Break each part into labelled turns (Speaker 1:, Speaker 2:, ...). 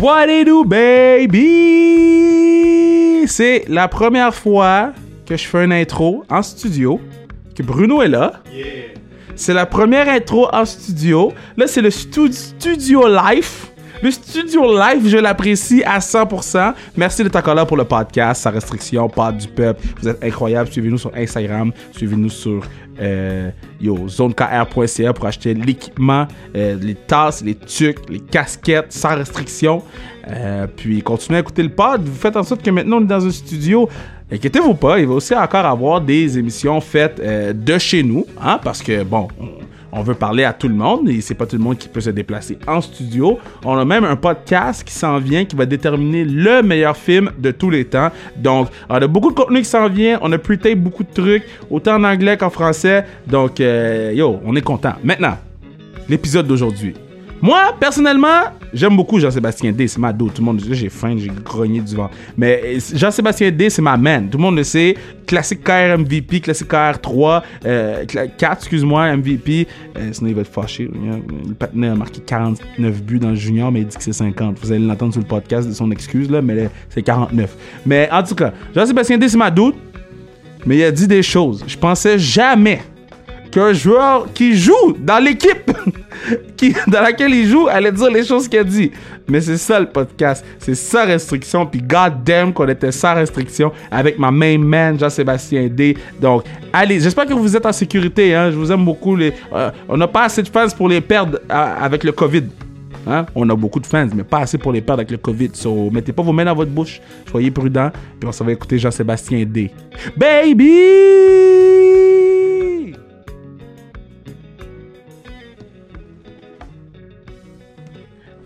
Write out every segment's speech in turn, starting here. Speaker 1: What it do, baby? C'est la première fois que je fais une intro en studio, que Bruno est là. C'est la première intro en studio. Là, c'est le stu- studio life. Le studio live, je l'apprécie à 100%. Merci d'être encore là pour le podcast, sans restriction, pas du peuple. Vous êtes incroyables. Suivez-nous sur Instagram, suivez-nous sur euh, yo, zonekr.ca pour acheter l'équipement, euh, les tasses, les tucs, les casquettes, sans restriction. Euh, puis continuez à écouter le pod. Vous faites en sorte que maintenant on est dans un studio. Inquiétez-vous pas, il va aussi encore avoir des émissions faites euh, de chez nous, hein, parce que bon, on, on veut parler à tout le monde et c'est pas tout le monde qui peut se déplacer en studio. On a même un podcast qui s'en vient qui va déterminer le meilleur film de tous les temps. Donc, on a beaucoup de contenu qui s'en vient, on a pre-tape beaucoup de trucs, autant en anglais qu'en français. Donc, euh, yo, on est content. Maintenant, l'épisode d'aujourd'hui. Moi, personnellement, j'aime beaucoup Jean-Sébastien D. C'est ma dos. Tout le monde, là, j'ai faim, j'ai grogné du vent. Mais euh, Jean-Sébastien D, c'est ma man. Tout le monde le sait. Classique KR MVP, classique KR 3, euh, cla- 4, excuse-moi, MVP. Euh, sinon, il va être fâché. Le patinet a marqué 49 buts dans le junior, mais il dit que c'est 50. Vous allez l'entendre sur le podcast de son excuse, là, mais là, c'est 49. Mais en tout cas, Jean-Sébastien D, c'est ma doute. Mais il a dit des choses. Je pensais jamais qu'un joueur qui joue dans l'équipe qui, dans laquelle il joue allait dire les choses qu'il a dit. Mais c'est ça le podcast. C'est sans restriction. Puis goddamn qu'on était sans restriction avec ma main man, Jean-Sébastien D. Donc, allez, j'espère que vous êtes en sécurité. hein. Je vous aime beaucoup. Les, euh, on n'a pas assez de fans pour les perdre euh, avec le COVID. Hein? On a beaucoup de fans, mais pas assez pour les perdre avec le COVID. So, mettez pas vos mains dans votre bouche. Soyez prudents. Puis on s'en va écouter Jean-Sébastien D. Baby!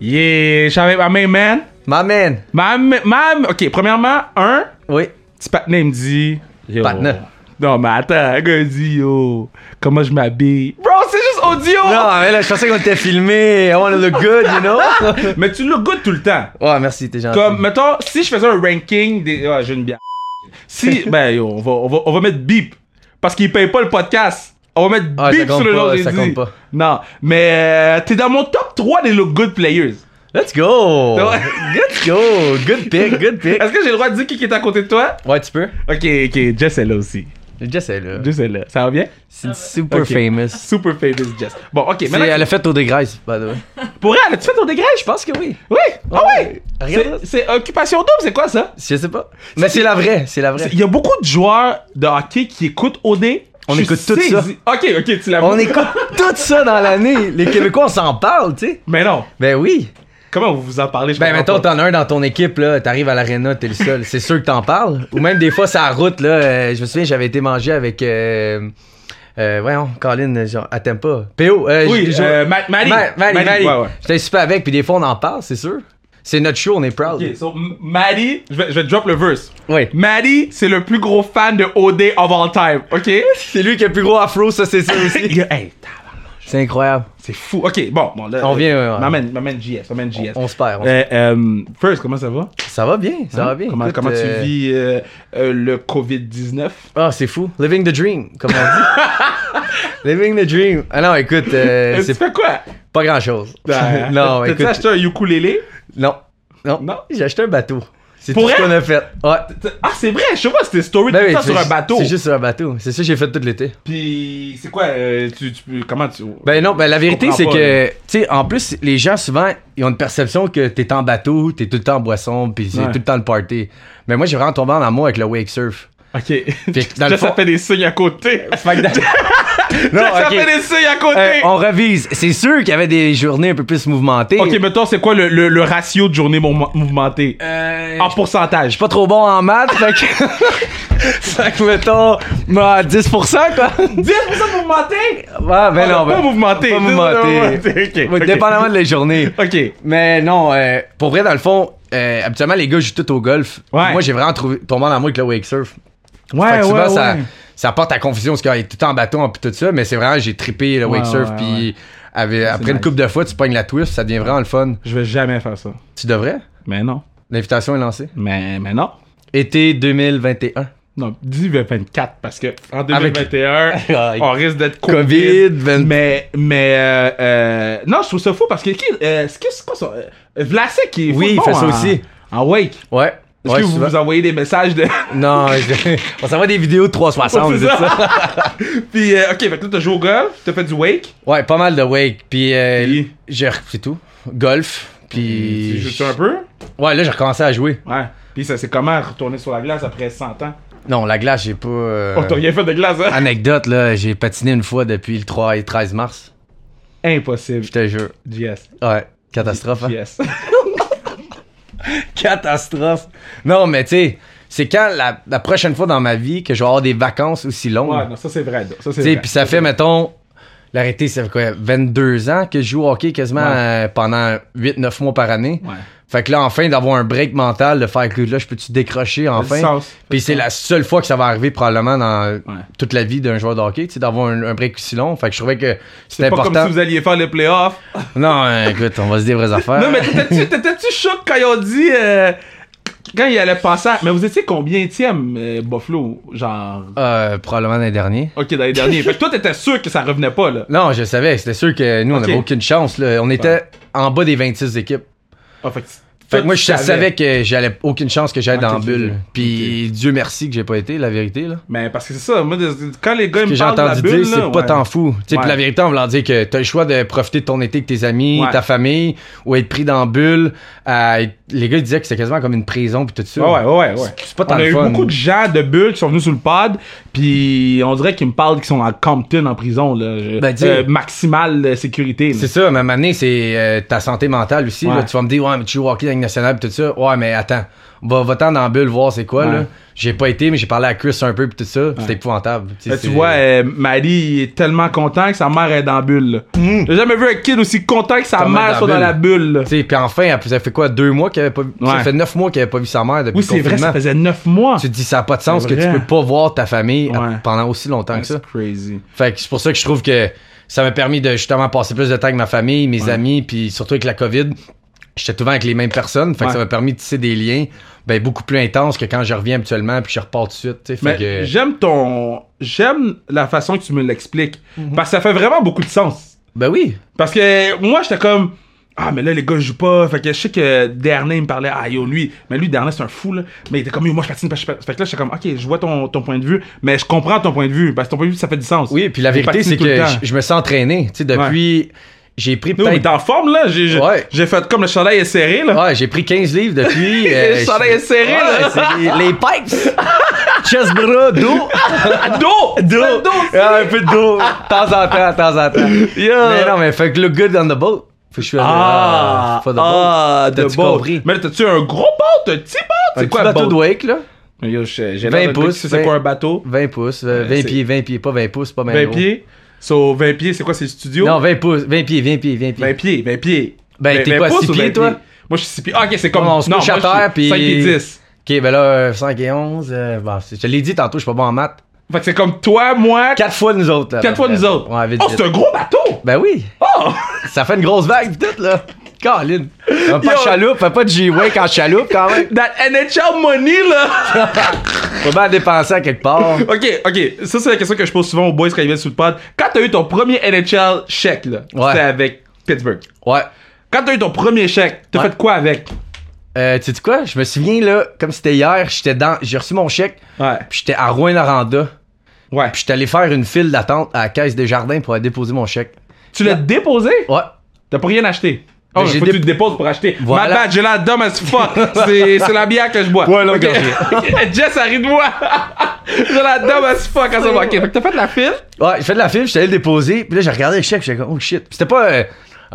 Speaker 1: Yeah! Je suis avec ma main, man.
Speaker 2: My man.
Speaker 1: Ma, ma- ma- OK, premièrement, un,
Speaker 2: Oui.
Speaker 1: petit patinet, il me dit... Yo.
Speaker 2: Patinet.
Speaker 1: Non, mais attends, le gars, il dit, yo, comment je m'habille? Bro, c'est juste audio!
Speaker 2: Non, mais là, je pensais qu'on était filmé. I wanna look good, you know?
Speaker 1: Mais tu le goûtes tout le temps.
Speaker 2: ouais, merci, t'es gentil.
Speaker 1: Comme, mettons, si je faisais un ranking des. Ah, j'ai une bière. Si. Ben, yo, on va, on va, on va mettre bip. Parce qu'ils payent pas le podcast. On va mettre
Speaker 2: Ah, ça
Speaker 1: bip
Speaker 2: compte
Speaker 1: sur le
Speaker 2: pas,
Speaker 1: nom des
Speaker 2: ça
Speaker 1: dits.
Speaker 2: compte pas.
Speaker 1: Non, mais euh, t'es dans mon top 3 des look good players.
Speaker 2: Let's go!
Speaker 1: Ouais.
Speaker 2: Let's go! Good pick, good pick.
Speaker 1: Est-ce que j'ai le droit de dire qui qui est à côté de toi?
Speaker 2: Ouais, tu peux?
Speaker 1: Ok, ok, Jess est là aussi.
Speaker 2: Jess est là.
Speaker 1: Jess est là. Ça va bien?
Speaker 2: C'est super
Speaker 1: Ok.
Speaker 2: famous.
Speaker 1: Super famous Jess. Bon, ok,
Speaker 2: C'est-
Speaker 1: maintenant.
Speaker 2: Elle a fait au dégraisse, by the way.
Speaker 1: Pour elle, tu fais ton dégrès?
Speaker 2: Je pense que oui.
Speaker 1: Oui! Ah ouais!
Speaker 2: Regarde
Speaker 1: C'est- C'est occupation double, c'est quoi ça?
Speaker 2: Je sais pas. Mais c'est la vraie, c'est la vraie.
Speaker 1: Il y a beaucoup de joueurs de hockey qui écoutent OD.
Speaker 2: On
Speaker 1: Je
Speaker 2: écoute tout
Speaker 1: saisis-
Speaker 2: ça.
Speaker 1: Ok, ok, tu l'as
Speaker 2: On écoute tout ça dans l'année. Les Québécois, on s'en parle, tu sais.
Speaker 1: Mais non.
Speaker 2: Ben oui.
Speaker 1: Comment vous vous en parlez? je
Speaker 2: Ben,
Speaker 1: comprends
Speaker 2: mettons,
Speaker 1: pas.
Speaker 2: t'en as un dans ton équipe, là, t'arrives à l'aréna, t'es le seul. C'est sûr que t'en parles. Ou même des fois, c'est à la route, là. euh, je me souviens, j'avais été manger avec. Euh, euh, voyons, Colin, genre, attends pas. PO, euh,
Speaker 1: Oui,
Speaker 2: j'ai- j'ai-
Speaker 1: euh, Ma- Marie.
Speaker 2: Ma- Marie, Marie.
Speaker 1: Ouais, ouais.
Speaker 2: J'étais super avec, puis des fois, on en parle, c'est sûr. C'est notre show, on est proud.
Speaker 1: Ok, so, M- Maddie, je vais, je vais drop le verse.
Speaker 2: Ouais.
Speaker 1: Maddie, c'est le plus gros fan de OD of all time, ok?
Speaker 2: C'est lui qui a le plus gros afro, ça, c'est sûr aussi.
Speaker 1: Yeah, hey, ta-
Speaker 2: c'est incroyable.
Speaker 1: c'est fou. Ok, bon, bon, là.
Speaker 2: On
Speaker 1: là,
Speaker 2: vient, ouais, ouais.
Speaker 1: M'amène, m'amène JS, m'amène JS.
Speaker 2: On se perd. on se-
Speaker 1: Euh, euh, first, comment ça va?
Speaker 2: Ça va bien, ça va bien.
Speaker 1: Comment,
Speaker 2: Écoute,
Speaker 1: comment
Speaker 2: euh,
Speaker 1: tu vis euh, euh, le COVID-19?
Speaker 2: Ah, c'est fou. Living the dream, comme on dit. Living the dream. Ah non, écoute, euh,
Speaker 1: Euh, Tu
Speaker 2: c'est
Speaker 1: fais quoi?
Speaker 2: pas grand-chose.
Speaker 1: Ben,
Speaker 2: non,
Speaker 1: T'as-tu
Speaker 2: écoute.
Speaker 1: acheté un ukulélé?
Speaker 2: Non. Non.
Speaker 1: Non?
Speaker 2: J'ai acheté un bateau. C'est
Speaker 1: Pour
Speaker 2: tout ce
Speaker 1: vrai?
Speaker 2: qu'on a fait. Ouais.
Speaker 1: Ah, c'est vrai, je sais pas, c'était story
Speaker 2: Ben
Speaker 1: tout le
Speaker 2: oui,
Speaker 1: temps
Speaker 2: c'est
Speaker 1: sur un
Speaker 2: ju-
Speaker 1: bateau.
Speaker 2: C'est juste sur un bateau. C'est ça que j'ai fait tout l'été.
Speaker 1: Puis, c'est quoi? euh, tu, tu, peux- comment tu.
Speaker 2: Ben non, ben la vérité,
Speaker 1: comprends
Speaker 2: c'est
Speaker 1: pas,
Speaker 2: que, tu sais, en plus, les gens, souvent, ils ont une perception que t'es en bateau, t'es tout le temps en boisson, puis c'est
Speaker 1: Ouais.
Speaker 2: tout le temps le party. Mais moi, j'ai vraiment tombé en amour avec le wake surf.
Speaker 1: Ok. Fait
Speaker 2: que dans le
Speaker 1: ça
Speaker 2: fond-
Speaker 1: fait des signes à côté.
Speaker 2: Fait que dans- non,
Speaker 1: ça
Speaker 2: ok.
Speaker 1: fait des signes à côté.
Speaker 2: Euh, on revise. C'est sûr qu'il y avait des journées un peu plus mouvementées.
Speaker 1: Ok, mettons, c'est quoi le, le, le ratio de journée mou- mouvementée
Speaker 2: Euh,
Speaker 1: En pourcentage.
Speaker 2: pas trop bon en maths, fait que... fait que, mettons, bah, 10%, quoi.
Speaker 1: 10% mouvementé
Speaker 2: Ouais, ben non,
Speaker 1: Pas
Speaker 2: ben-
Speaker 1: mouvementé.
Speaker 2: Pas
Speaker 1: 10%
Speaker 2: mouvementé.
Speaker 1: mouvementé, ok, ok.
Speaker 2: Dépendamment de la journée.
Speaker 1: Ok.
Speaker 2: Mais non, euh, pour vrai, dans le fond, euh, habituellement, les gars jouent tout au golf.
Speaker 1: Ouais.
Speaker 2: Moi, j'ai vraiment trouvé, tombé en amour avec le wake surf.
Speaker 1: Ouais,
Speaker 2: fait que souvent, ça,
Speaker 1: ouais.
Speaker 2: ça porte à confusion parce qu'il est tout en bâton puis tout ça, mais c'est vraiment, j'ai trippé le
Speaker 1: Ouais,
Speaker 2: wake surf,
Speaker 1: ouais,
Speaker 2: puis avec- après une
Speaker 1: nice.
Speaker 2: coupe de fois, tu pognes la twist, ça devient vraiment le fun.
Speaker 1: Je vais jamais faire ça.
Speaker 2: Tu devrais?
Speaker 1: Mais non.
Speaker 2: L'invitation est lancée.
Speaker 1: Mais, mais non.
Speaker 2: Été 2021.
Speaker 1: Non, dis 24 parce que en 2021,
Speaker 2: Avec-
Speaker 1: on risque d'être
Speaker 2: Ah, COVID, 20
Speaker 1: Mais, mais euh, euh, non, je trouve ça fou parce que. qui- euh, Est-ce que c'est quoi ça euh, Vlasic, il est
Speaker 2: Oui,
Speaker 1: fou
Speaker 2: il fait
Speaker 1: bon
Speaker 2: ça
Speaker 1: en-
Speaker 2: aussi.
Speaker 1: En wake.
Speaker 2: Ouais.
Speaker 1: Est-ce
Speaker 2: Ouais,
Speaker 1: que vous
Speaker 2: souvent.
Speaker 1: vous envoyez des messages de.
Speaker 2: Non, je- on s'envoie des vidéos de 360,
Speaker 1: C'est
Speaker 2: c'est
Speaker 1: ça.
Speaker 2: ça.
Speaker 1: Puis, euh, ok, fait que là, t'as joué au golf, t'as fait du wake.
Speaker 2: Ouais, pas mal de wake. Puis, euh,
Speaker 1: Puis-
Speaker 2: j'ai repris tout. Golf.
Speaker 1: Tu
Speaker 2: Puis.
Speaker 1: joues un peu
Speaker 2: Ouais, là, j'ai recommencé à jouer.
Speaker 1: Ouais. Puis, ça, c'est comment retourner sur la glace après 100 ans
Speaker 2: Non, la glace, j'ai pas. euh,
Speaker 1: On t'a Oh, rien fait de glace, hein
Speaker 2: Anecdote, là, j'ai patiné une fois depuis le 3 et 13 mars.
Speaker 1: Impossible.
Speaker 2: Je te jure.
Speaker 1: JS.
Speaker 2: Ouais. Catastrophe, hein?
Speaker 1: JS.
Speaker 2: Catastrophe. Non, mais tu sais, c'est quand la, la prochaine fois dans ma vie que je vais avoir des vacances aussi longues.
Speaker 1: Ouais, non, ça, c'est vrai. là. Ça, c'est
Speaker 2: Tu sais,
Speaker 1: vrai.
Speaker 2: puis ça fait, mettons, l'arrêté, ça fait quoi, 22 ans que je joue au hockey quasiment euh, pendant 8-9 mois par année.
Speaker 1: Ouais.
Speaker 2: Fait que là, enfin, d'avoir un break mental, de faire que là, je peux-tu décrocher
Speaker 1: du
Speaker 2: enfin?
Speaker 1: sens. Ça
Speaker 2: Puis
Speaker 1: du
Speaker 2: c'est
Speaker 1: sens.
Speaker 2: la seule fois que ça va arriver probablement dans
Speaker 1: Ouais.
Speaker 2: toute la vie d'un joueur de hockey, tu sais, d'avoir un, un break aussi long. Fait que je trouvais que c'était
Speaker 1: C'est pas
Speaker 2: important.
Speaker 1: comme si vous alliez faire les playoffs.
Speaker 2: Non, euh, écoute, on va se dire vraies affaires.
Speaker 1: Non, mais t'étais-tu- t'étais-tu choc quand ils ont dit. euh, quand il allait passer. à- Mais vous étiez combien tième, euh, Buffalo Genre.
Speaker 2: Euh, probablement l'année dernier.
Speaker 1: Ok, dans les derniers. fait que toi, t'étais sûr que ça revenait pas, là.
Speaker 2: Non, je savais, c'était sûr que nous, on
Speaker 1: Ok.
Speaker 2: n'avait aucune chance. là. On était en bas des 26 équipes.
Speaker 1: Ah, fait que,
Speaker 2: Fait que moi, je
Speaker 1: toi, tu
Speaker 2: savais que j'allais aucune chance que j'aille
Speaker 1: Ok,
Speaker 2: dans la
Speaker 1: ok,
Speaker 2: bulle.
Speaker 1: ok.
Speaker 2: Puis Dieu merci que j'ai pas été, la vérité. là.
Speaker 1: Mais parce que c'est ça, moi, de- quand les gars ils
Speaker 2: que
Speaker 1: me
Speaker 2: j'ai
Speaker 1: parlent de la
Speaker 2: entendu
Speaker 1: bulle,
Speaker 2: dire, c'est
Speaker 1: là,
Speaker 2: pas
Speaker 1: ouais.
Speaker 2: tant fou. Tu sais,
Speaker 1: Ouais.
Speaker 2: Puis la vérité, en voulant dire que t'as le choix de profiter de ton été avec tes amis,
Speaker 1: Ouais.
Speaker 2: ta famille, ou être pris dans la bulle. à être- Les gars ils disaient que c'était quasiment comme une prison, puis tout ça.
Speaker 1: Ouais, ouais, ouais, ouais.
Speaker 2: C'est pas tant
Speaker 1: On a
Speaker 2: le
Speaker 1: eu
Speaker 2: fun.
Speaker 1: beaucoup de gens de bulles qui sont venus sur le pod, puis on dirait qu'ils me parlent qu'ils sont à Compton en prison, là. Je-
Speaker 2: Ben, dis-
Speaker 1: euh, maximale euh, sécurité. là.
Speaker 2: C'est ça, même année, c'est euh, ta santé mentale aussi.
Speaker 1: Ouais.
Speaker 2: là. tu vas me dire, ouais, mais tu joues au hockey dans la Ligue nationale pis tout ça. Ouais, mais attends, va, va-t'en dans la bulle voir c'est quoi,
Speaker 1: Ouais.
Speaker 2: là. J'ai pas été, mais j'ai parlé à Chris un peu pis tout ça. C'était épouvantable.
Speaker 1: Là, tu vois, euh, Marie il est tellement content que sa mère est dans la bulle. là. J'ai jamais vu un kid aussi content que sa
Speaker 2: Comment
Speaker 1: mère
Speaker 2: dans
Speaker 1: soit
Speaker 2: la
Speaker 1: dans
Speaker 2: bulle.
Speaker 1: la bulle. là.
Speaker 2: Puis enfin, elle- ça fait quoi, deux mois qu'elle avait pas vu. Ça
Speaker 1: Ouais.
Speaker 2: fait neuf mois qu'elle avait pas vu sa mère depuis
Speaker 1: Oui,
Speaker 2: le
Speaker 1: c'est vrai, ça
Speaker 2: confinement.
Speaker 1: faisait 9 mois.
Speaker 2: Tu te dis, ça n'a pas de sens
Speaker 1: C'est
Speaker 2: que tu
Speaker 1: vrai.
Speaker 2: peux pas voir ta famille à-
Speaker 1: Ouais.
Speaker 2: pendant aussi longtemps que ça.
Speaker 1: C'est crazy.
Speaker 2: Fait que c'est pour ça que je trouve que ça m'a permis de justement passer plus de temps avec ma famille, mes amis, puis surtout avec la COVID. J'étais souvent avec les mêmes personnes, fait que
Speaker 1: Ouais.
Speaker 2: ça m'a permis de tisser des liens ben, beaucoup plus intenses que quand je reviens habituellement puis je repars tout de suite. tu sais. Fait
Speaker 1: Mais
Speaker 2: que-
Speaker 1: j'aime ton. J'aime la façon que tu me l'expliques. Parce que ça fait vraiment beaucoup de sens.
Speaker 2: Ben oui,
Speaker 1: Parce que moi, j'étais comme. Ah, mais là, les gars, je joue pas. Fait que je sais que Dernay, il me parlait. Ah, yo, lui. Mais lui, Dernay, c'est un fou, là. Mais il était comme, yo, moi, je patine. parce que je patine. Fait que là, j'étais comme, ok, je vois ton, ton point de vue. Mais je comprends ton point de vue. Parce que ton point de vue, ça fait du sens.
Speaker 2: oui, puis la
Speaker 1: On
Speaker 2: vérité
Speaker 1: patine
Speaker 2: c'est
Speaker 1: tout le
Speaker 2: que
Speaker 1: temps.
Speaker 2: je- je me sens entraîné. Tu sais, depuis, j'ai pris
Speaker 1: Nous, mais
Speaker 2: peut-être.
Speaker 1: t'es en forme, là. J'ai j'ai-
Speaker 2: Ouais.
Speaker 1: j'ai fait comme le chandail est serré, là.
Speaker 2: Ouais, j'ai pris 15 livres depuis. euh,
Speaker 1: Le chandail
Speaker 2: je-
Speaker 1: est serré,
Speaker 2: Ouais,
Speaker 1: là.
Speaker 2: c'est les, les pipes! Chest, bras, dos!
Speaker 1: Ah, dos! Dos! Dos!
Speaker 2: Ah, un peu de dos, de temps en temps, de temps en temps.
Speaker 1: Yeah.
Speaker 2: Mais non, mais fait que look good on the boat. Faut que je suis
Speaker 1: Ah!
Speaker 2: ah, pas de boat.
Speaker 1: Ah,
Speaker 2: T'as-tu
Speaker 1: de boat.
Speaker 2: compris?
Speaker 1: Mais là, t'as-tu un gros boat? Un petit boat?
Speaker 2: Un
Speaker 1: C'est
Speaker 2: petit
Speaker 1: quoi un
Speaker 2: bateau de
Speaker 1: boat?
Speaker 2: wake, là?
Speaker 1: Mais yo, j'ai j'ai
Speaker 2: 20
Speaker 1: l'air d'un gars qui
Speaker 2: pouces,
Speaker 1: sait C'est quoi
Speaker 2: 20
Speaker 1: un bateau?
Speaker 2: 20 pouces, euh,
Speaker 1: Ouais,
Speaker 2: 20
Speaker 1: c'est-
Speaker 2: pieds, 20 pieds, pas 20 pouces, pas 20
Speaker 1: 20 pieds? So, 20 pieds, c'est quoi? C'est le studio?
Speaker 2: Non, 20 pouces, 20 pieds, 20 pieds, 20 pieds.
Speaker 1: 20 pieds, 20 pieds.
Speaker 2: Ben,
Speaker 1: Vingt-
Speaker 2: t'es
Speaker 1: vingt
Speaker 2: quoi,
Speaker 1: pouces
Speaker 2: six
Speaker 1: ou
Speaker 2: pieds,
Speaker 1: vingt
Speaker 2: toi?
Speaker 1: Moi, je suis 6 pieds. Ah, ok, c'est comme.
Speaker 2: Ouais, on se couche à terre, puis-
Speaker 1: 5 pieds 10.
Speaker 2: Ok, ben là, euh, 5 et 11, euh, bon, c'est- je te l'ai dit tantôt, je suis pas bon en maths.
Speaker 1: Fait que c'est comme toi, moi, 4
Speaker 2: 4 fois nous autres, là.
Speaker 1: fois
Speaker 2: Ben,
Speaker 1: nous autres.
Speaker 2: Ouais, vite,
Speaker 1: oh,
Speaker 2: vite.
Speaker 1: c'est un gros bateau!
Speaker 2: Ben oui,
Speaker 1: Oh!
Speaker 2: ça fait une grosse vague, pis tout, là. Caroline. Pas de
Speaker 1: Yo.
Speaker 2: chaloupe, fais pas de G-Wake en chaloupe, quand même.
Speaker 1: That NHL money, là!
Speaker 2: Faut bien dépenser à quelque part.
Speaker 1: ok, ok. Ça, c'est la question que je pose souvent aux boys quand ils viennent sur le pod. Quand t'as eu ton premier NHL chèque, là,
Speaker 2: Ouais.
Speaker 1: c'était avec Pittsburgh.
Speaker 2: Ouais.
Speaker 1: Quand t'as eu ton premier chèque, t'as
Speaker 2: Ouais.
Speaker 1: fait quoi avec?
Speaker 2: Euh, tu sais quoi? Je me souviens, là, comme c'était hier, j'étais dans, j'ai reçu mon chèque,
Speaker 1: Ouais.
Speaker 2: puis j'étais à Rouen-Noranda,
Speaker 1: Ouais.
Speaker 2: puis j'étais allé faire une file d'attente à la caisse des jardins pour aller déposer mon chèque.
Speaker 1: Tu l'as déposé?
Speaker 2: Ouais.
Speaker 1: T'as pas rien acheté. Oh,
Speaker 2: Ben,
Speaker 1: mais
Speaker 2: j'ai
Speaker 1: faut que
Speaker 2: dép-
Speaker 1: tu te déposes pour acheter.
Speaker 2: Voilà.
Speaker 1: Ma bad, j'ai la dumb as fuck. C'est c'est la bière que je bois.
Speaker 2: Ouais, non,
Speaker 1: Ok. Jess, arrive de moi. j'ai la dumb as fuck en ce moment. Ok, fait que t'as fait la file.
Speaker 2: Ouais, j'ai fait de la file, j'étais allé le déposer, puis là, j'ai regardé le chèque, j'étais comme, oh shit. Puis c'était pas, euh,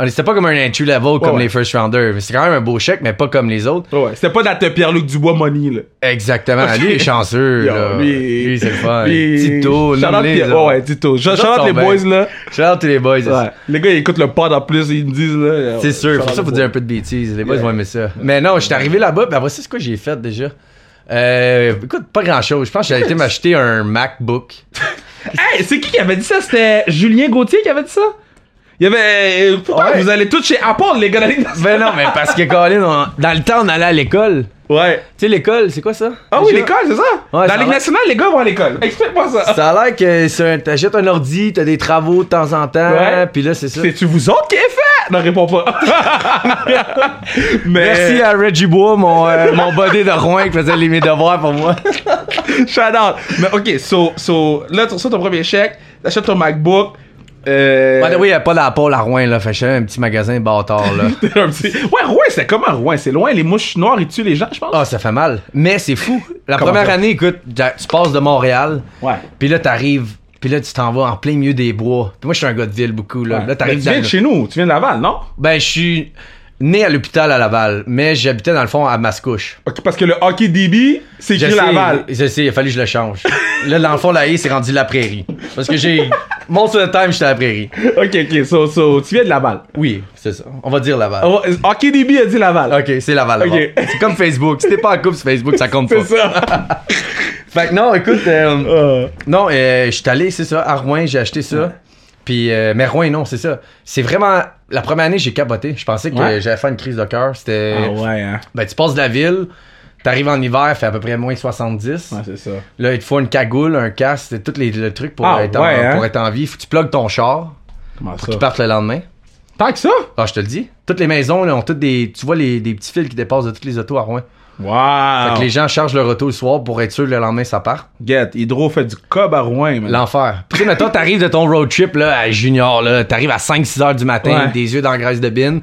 Speaker 2: c'était pas comme un entry level comme
Speaker 1: ouais.
Speaker 2: les first rounders, mais c'était quand même un beau chèque, mais pas comme les autres.
Speaker 1: Ouais, ouais. C'était pas dans ta Pierre-Luc Dubois money, là.
Speaker 2: Exactement.
Speaker 1: Ok.
Speaker 2: Lui, il est chanceux,
Speaker 1: Yo,
Speaker 2: là.
Speaker 1: lui-
Speaker 2: c'est le fun.
Speaker 1: Lui-
Speaker 2: Tito,
Speaker 1: Shout out
Speaker 2: nomme-les,
Speaker 1: Pierre-
Speaker 2: là.
Speaker 1: Ouais, ouais, Tito. Shout
Speaker 2: autres
Speaker 1: shout out les
Speaker 2: sont
Speaker 1: boys,
Speaker 2: bien.
Speaker 1: là.
Speaker 2: Shout out tous les boys.
Speaker 1: Ouais. Les gars, ils écoutent le pod en plus, ils me disent, là.
Speaker 2: C'est sûr, pour ça, faut
Speaker 1: vous
Speaker 2: dire un peu de bêtises. Les boys
Speaker 1: Yeah.
Speaker 2: vont aimer ça. Mais non, je suis arrivé là-bas, puis après, c'est quoi j'ai fait déjà? Euh, écoute, pas grand chose. Je pense que j'avais été m'acheter un MacBook.
Speaker 1: Hey, c'est qui qui avait dit ça? C'était Julien Gauthier qui avait dit ça? Il y avait. euh, Pourquoi
Speaker 2: Ouais.
Speaker 1: vous allez tous chez Apple, les gars de la Ligue nationale?
Speaker 2: Ben non, mais parce que Colin, on- dans le temps, on allait à l'école.
Speaker 1: Ouais.
Speaker 2: Tu sais, l'école, c'est quoi ça?
Speaker 1: Ah oui,
Speaker 2: Déjà?
Speaker 1: l'école, c'est ça? Dans
Speaker 2: Ouais, ça
Speaker 1: la Ligue
Speaker 2: va.
Speaker 1: nationale, les gars vont à l'école. Explique-moi ça.
Speaker 2: Ça a l'air que c'est un- t'achètes un ordi, t'as des travaux de temps en temps,
Speaker 1: Ouais.
Speaker 2: puis là, c'est ça.
Speaker 1: C'est-tu vous autres qui avez fait? Non, réponds pas. Mais
Speaker 2: Merci à Reggie Bois, mon, euh, mon buddy de Rouen qui faisait les- mes devoirs pour moi. hein.
Speaker 1: Shout out. Mais ok, so, so là, tu reçois ton premier chèque, t'achètes ton MacBook. Euh,
Speaker 2: By the way, il n'y a pas d'Apple à Rouen, là. Fait que j'avais un petit magasin bâtard, là.
Speaker 1: un petit- Ouais, Rouen, c'est comment Rouen? C'est loin, les mouches noires, ils tuent les gens, je pense.
Speaker 2: Ah, ça fait mal. Mais c'est fou. La
Speaker 1: Comment
Speaker 2: première
Speaker 1: ça?
Speaker 2: année, écoute, j'a- tu passes de Montréal,
Speaker 1: Ouais.
Speaker 2: puis là, t'arrives, puis là, tu t'en vas en plein milieu des bois. Puis moi, je suis un gars de ville beaucoup, là.
Speaker 1: Ouais.
Speaker 2: Là,
Speaker 1: Mais
Speaker 2: t'arrives
Speaker 1: tu viens
Speaker 2: dans
Speaker 1: de
Speaker 2: le-
Speaker 1: chez nous, tu viens de Laval, non?
Speaker 2: Ben, je suis né à l'hôpital à Laval, mais j'habitais dans le fond à Mascouche.
Speaker 1: Ok, parce que le hockey DB, c'est
Speaker 2: Je
Speaker 1: écrit
Speaker 2: sais,
Speaker 1: Laval.
Speaker 2: je sais, il a fallu que je le change. là, dans le fond, la haie s'est rendue la prairie. Parce que j'ai. Mon sur le time, j'étais à la prairie.
Speaker 1: Ok, ok, so, so, tu viens de Laval.
Speaker 2: Oui, c'est ça. On va dire Laval.
Speaker 1: Oh, hockey DB a dit Laval.
Speaker 2: Ok, c'est Laval.
Speaker 1: Ok.
Speaker 2: bon. C'est comme Facebook. Si t'es pas en couple sur Facebook, ça compte pas.
Speaker 1: C'est ça. Ah,
Speaker 2: Fait que non, écoute. euh,
Speaker 1: Euh,
Speaker 2: Non, euh, je suis allé, c'est ça, à Rouen, j'ai acheté ça. Puis, euh, mais Rouen, non, c'est ça. C'est vraiment. La première année, j'ai capoté. Je pensais que
Speaker 1: Ouais.
Speaker 2: j'allais faire une crise de cœur. C'était.
Speaker 1: ah ouais, hein.
Speaker 2: Ben, tu passes de la ville, t'arrives en hiver, fait à peu près moins 70.
Speaker 1: Ouais, c'est ça.
Speaker 2: Là, il te faut une cagoule, un casque, c'est tout les, le truc pour,
Speaker 1: Ah,
Speaker 2: être en,
Speaker 1: ouais, hein?
Speaker 2: pour être en vie. Faut que tu plugues ton char
Speaker 1: Comment ça?
Speaker 2: pour qu'il parte le lendemain.
Speaker 1: Tant que ça?
Speaker 2: Ah, je te le dis. Toutes les maisons, là, ont toutes des. Tu vois les, des petits fils qui dépassent de toutes les autos à Rouen. Fait
Speaker 1: Wow.
Speaker 2: que les gens chargent leur auto le soir pour être sûr que le lendemain, ça part.
Speaker 1: Get, Hydro fait du cob à Rouen, man.
Speaker 2: L'enfer. Puis, tu sais, mettons, t'arrives de ton road trip, là, à Junior, là. T'arrives à 5-6 heures du matin,
Speaker 1: Ouais.
Speaker 2: des yeux dans la graisse de bine.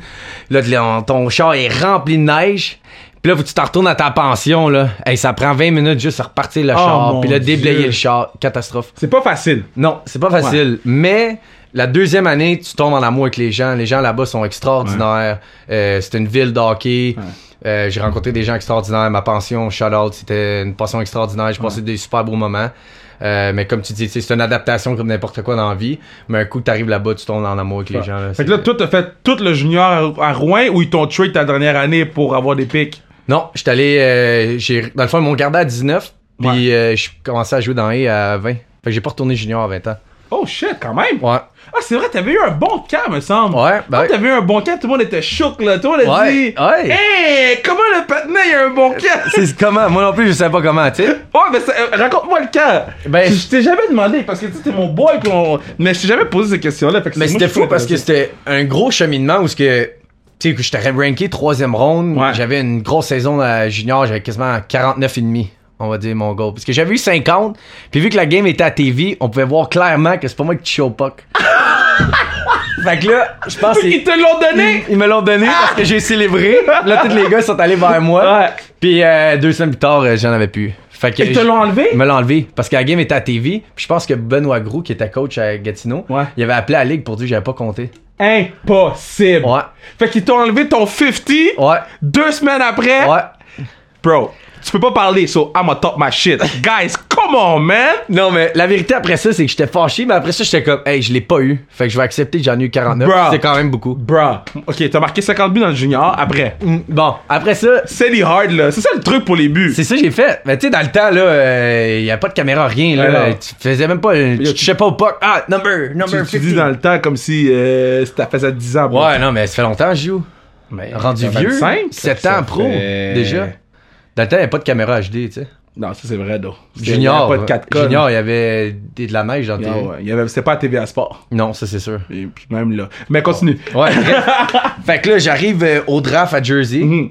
Speaker 2: Là, t- on- ton char est rempli de neige. Puis là, faut que tu t'en retournes à ta pension, là. Hey, ça prend 20 minutes juste à repartir le
Speaker 1: Oh, mon
Speaker 2: char. Puis là, déblayer
Speaker 1: Dieu.
Speaker 2: le char. Catastrophe.
Speaker 1: C'est pas facile.
Speaker 2: Non, c'est pas facile. Mais la deuxième année, tu tombes en amour avec les gens. Les gens là-bas sont extraordinaires. Euh, c'est une ville d'hockey. Euh, j'ai rencontré des gens extraordinaires. Ma pension, shout out, c'était une passion extraordinaire. J'ai passé des super beaux moments. Euh, mais comme tu dis, tu sais, c'est une adaptation comme n'importe quoi dans la vie. Mais un coup que t'arrives là-bas, tu tombes en amour avec les gens. là.
Speaker 1: Fait que là,
Speaker 2: C'est-
Speaker 1: toi, t'as fait tout le junior à, à Rouen ou ils t'ont trade ta dernière année pour avoir des pics?
Speaker 2: Non, j'étais allé. euh, j'ai, dans le fond, ils m'ont gardé à 19. Puis
Speaker 1: Ouais.
Speaker 2: euh, je commençais à jouer dans les à 20. Fait que j'ai pas retourné junior à 20 ans.
Speaker 1: Oh shit, quand même!
Speaker 2: Ouais.
Speaker 1: Ah, c'est vrai, t'avais eu un bon camp, me semble.
Speaker 2: Ouais, ben
Speaker 1: Quand
Speaker 2: ouais.
Speaker 1: t'avais eu un bon camp, tout le monde était choc, là. Tout le monde a
Speaker 2: Ouais,
Speaker 1: dit.
Speaker 2: ouais.
Speaker 1: Hey, comment le patinet, il a un bon camp?
Speaker 2: C'est comment? Moi non plus, je sais pas comment, tu sais.
Speaker 1: ouais, mais ça- euh, raconte-moi le camp.
Speaker 2: Ben,
Speaker 1: je je t'ai jamais demandé parce que tu sais, t'es mon boy, puis on- mais je t'ai jamais posé ces questions-là. fait que
Speaker 2: Mais
Speaker 1: c'est- moi,
Speaker 2: c'était
Speaker 1: je suis
Speaker 2: fou parce que
Speaker 1: intéressé.
Speaker 2: c'était un gros cheminement où ce que tu sais que j'étais ranké troisième round,
Speaker 1: Ouais.
Speaker 2: j'avais une grosse saison à junior, j'avais quasiment 49 et demi, on va dire mon goal parce que j'avais eu 50, puis vu que la game était à TV, on pouvait voir clairement que c'est pas moi qui suis au puck. fait que là, je pense que
Speaker 1: Ils
Speaker 2: c'est-
Speaker 1: te l'ont donné!
Speaker 2: ils me l'ont donné parce que j'ai célébré. Là, tous les gars sont allés vers moi.
Speaker 1: Ouais.
Speaker 2: Puis euh, deux semaines plus tard, euh, j'en avais plus. Fait que
Speaker 1: Ils te
Speaker 2: j-
Speaker 1: l'ont enlevé?
Speaker 2: il me l'a enlevé parce que la game était à TV. Puis je pense que Benoît Groux, qui était coach à Gatineau,
Speaker 1: Ouais.
Speaker 2: il avait appelé à la ligue pour dire que j'avais pas compté.
Speaker 1: Impossible!
Speaker 2: Ouais.
Speaker 1: Fait qu'ils t'ont enlevé ton 50
Speaker 2: Ouais.
Speaker 1: deux semaines après.
Speaker 2: Ouais.
Speaker 1: Bro, tu peux pas parler, so I'm gonna top my shit. Guys, come on, man!
Speaker 2: Non, mais la vérité après ça, c'est que j'étais fâché, mais après ça, j'étais comme, hey, je l'ai pas eu. Fait que je vais accepter que j'en ai eu 49.
Speaker 1: Bruh.
Speaker 2: C'est quand même beaucoup.
Speaker 1: Bruh. Ok, t'as marqué 50 buts dans le junior, après.
Speaker 2: Mm, Bon, après ça,
Speaker 1: C'est les hard, là. C'est ça le truc pour les buts.
Speaker 2: c'est ça que j'ai fait. Mais tu sais, dans le temps, là, euh, il y a pas de caméra, rien.
Speaker 1: Ouais,
Speaker 2: Là,
Speaker 1: non.
Speaker 2: tu faisais même pas. euh, Tu
Speaker 1: tu-
Speaker 2: touchais pas au puck. Ah, number, number
Speaker 1: Tu, tu
Speaker 2: 50.
Speaker 1: dis dans le temps comme si euh, ça faisait 10 ans. bro.
Speaker 2: Ouais, non, mais ça fait longtemps que je joue.
Speaker 1: Mais
Speaker 2: Rendu
Speaker 1: t'as
Speaker 2: vieux.
Speaker 1: 25,
Speaker 2: 7
Speaker 1: ça
Speaker 2: ans pro,
Speaker 1: fait-
Speaker 2: déjà. Dans le temps, il n'y avait pas de caméra HD, tu sais.
Speaker 1: Non, ça c'est vrai, donc. C'était-
Speaker 2: Junior.
Speaker 1: Il y avait pas de 4K.
Speaker 2: Junior, il y avait des- de la neige dans
Speaker 1: Ah
Speaker 2: tes-
Speaker 1: ouais, il y avait- C'était pas à TVA Sport.
Speaker 2: Non, ça c'est sûr.
Speaker 1: Et puis même là.
Speaker 2: Ah.
Speaker 1: Mais continue.
Speaker 2: Ouais. bref. fait que là, j'arrive euh, au draft à Jersey.
Speaker 1: Mhm.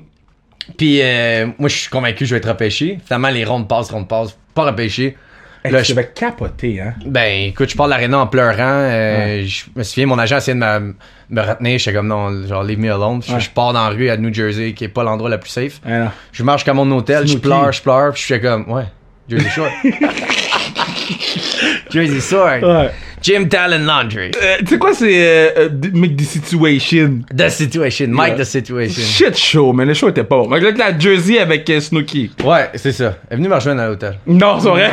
Speaker 2: Puis euh, moi, je suis convaincu que je vais être repêché. Finalement, les rondes passent, rondes passent. Pas repêché.
Speaker 1: Hey,
Speaker 2: Là,
Speaker 1: tu
Speaker 2: je-
Speaker 1: devais capoter, hein.
Speaker 2: Ben, écoute, je pars de l'aréna en pleurant. euh, Je me souviens, mon agent essayait de me, me retenir. J'étais comme, non, genre, leave me alone. Je,
Speaker 1: Ouais.
Speaker 2: je pars dans la rue à New Jersey, qui est pas l'endroit le plus safe.
Speaker 1: Ah, non.
Speaker 2: Je marche comme mon hôtel, je
Speaker 1: Snooki.
Speaker 2: pleure, je pleure, puis je fais comme, ouais, Jersey Shore. Jersey Shore.
Speaker 1: Ouais.
Speaker 2: Jim Talon Laundry.
Speaker 1: Euh, tu sais quoi, c'est euh, euh, d- Make the Situation.
Speaker 2: The Situation. Mike,
Speaker 1: Yeah.
Speaker 2: The Situation.
Speaker 1: Shit show, mais le show était pas bon. Donc là, la Jersey avec euh, Snooki.
Speaker 2: Ouais, c'est ça. Elle est venue me rejoindre à l'hôtel.
Speaker 1: Non, c'est vrai.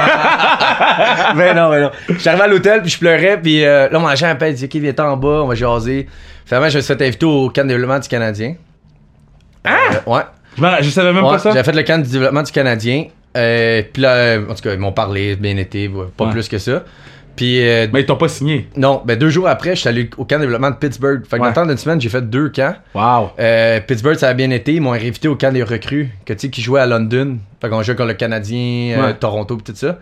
Speaker 2: ben non, ben non. J'arrivais à l'hôtel, puis je pleurais, puis euh, là, mon agent appelle, il dit, OK, viens en bas, on va jaser. Finalement, je me suis fait inviter au camp de développement du Canadien.
Speaker 1: Hein?
Speaker 2: Euh, ouais.
Speaker 1: Je m'en- je savais même
Speaker 2: Ouais,
Speaker 1: pas ça.
Speaker 2: J'avais fait le camp du développement du Canadien. Euh, puis là, euh, en tout cas, ils m'ont parlé, bien été, ouais, pas
Speaker 1: Ouais.
Speaker 2: plus que ça. Puis euh,
Speaker 1: Mais ils t'ont pas signé.
Speaker 2: non, ben deux jours après, je suis allé au camp de développement de Pittsburgh. Fait que dans
Speaker 1: Ouais.
Speaker 2: le temps d'une semaine, j'ai fait deux camps.
Speaker 1: Wow.
Speaker 2: Euh, Pittsburgh, ça a bien été. Ils m'ont invité au camp des recrues que, tu sais, qui jouaient à London. Fait qu'on jouait contre le Canadien, euh,
Speaker 1: Ouais.
Speaker 2: Toronto, pis tout ça.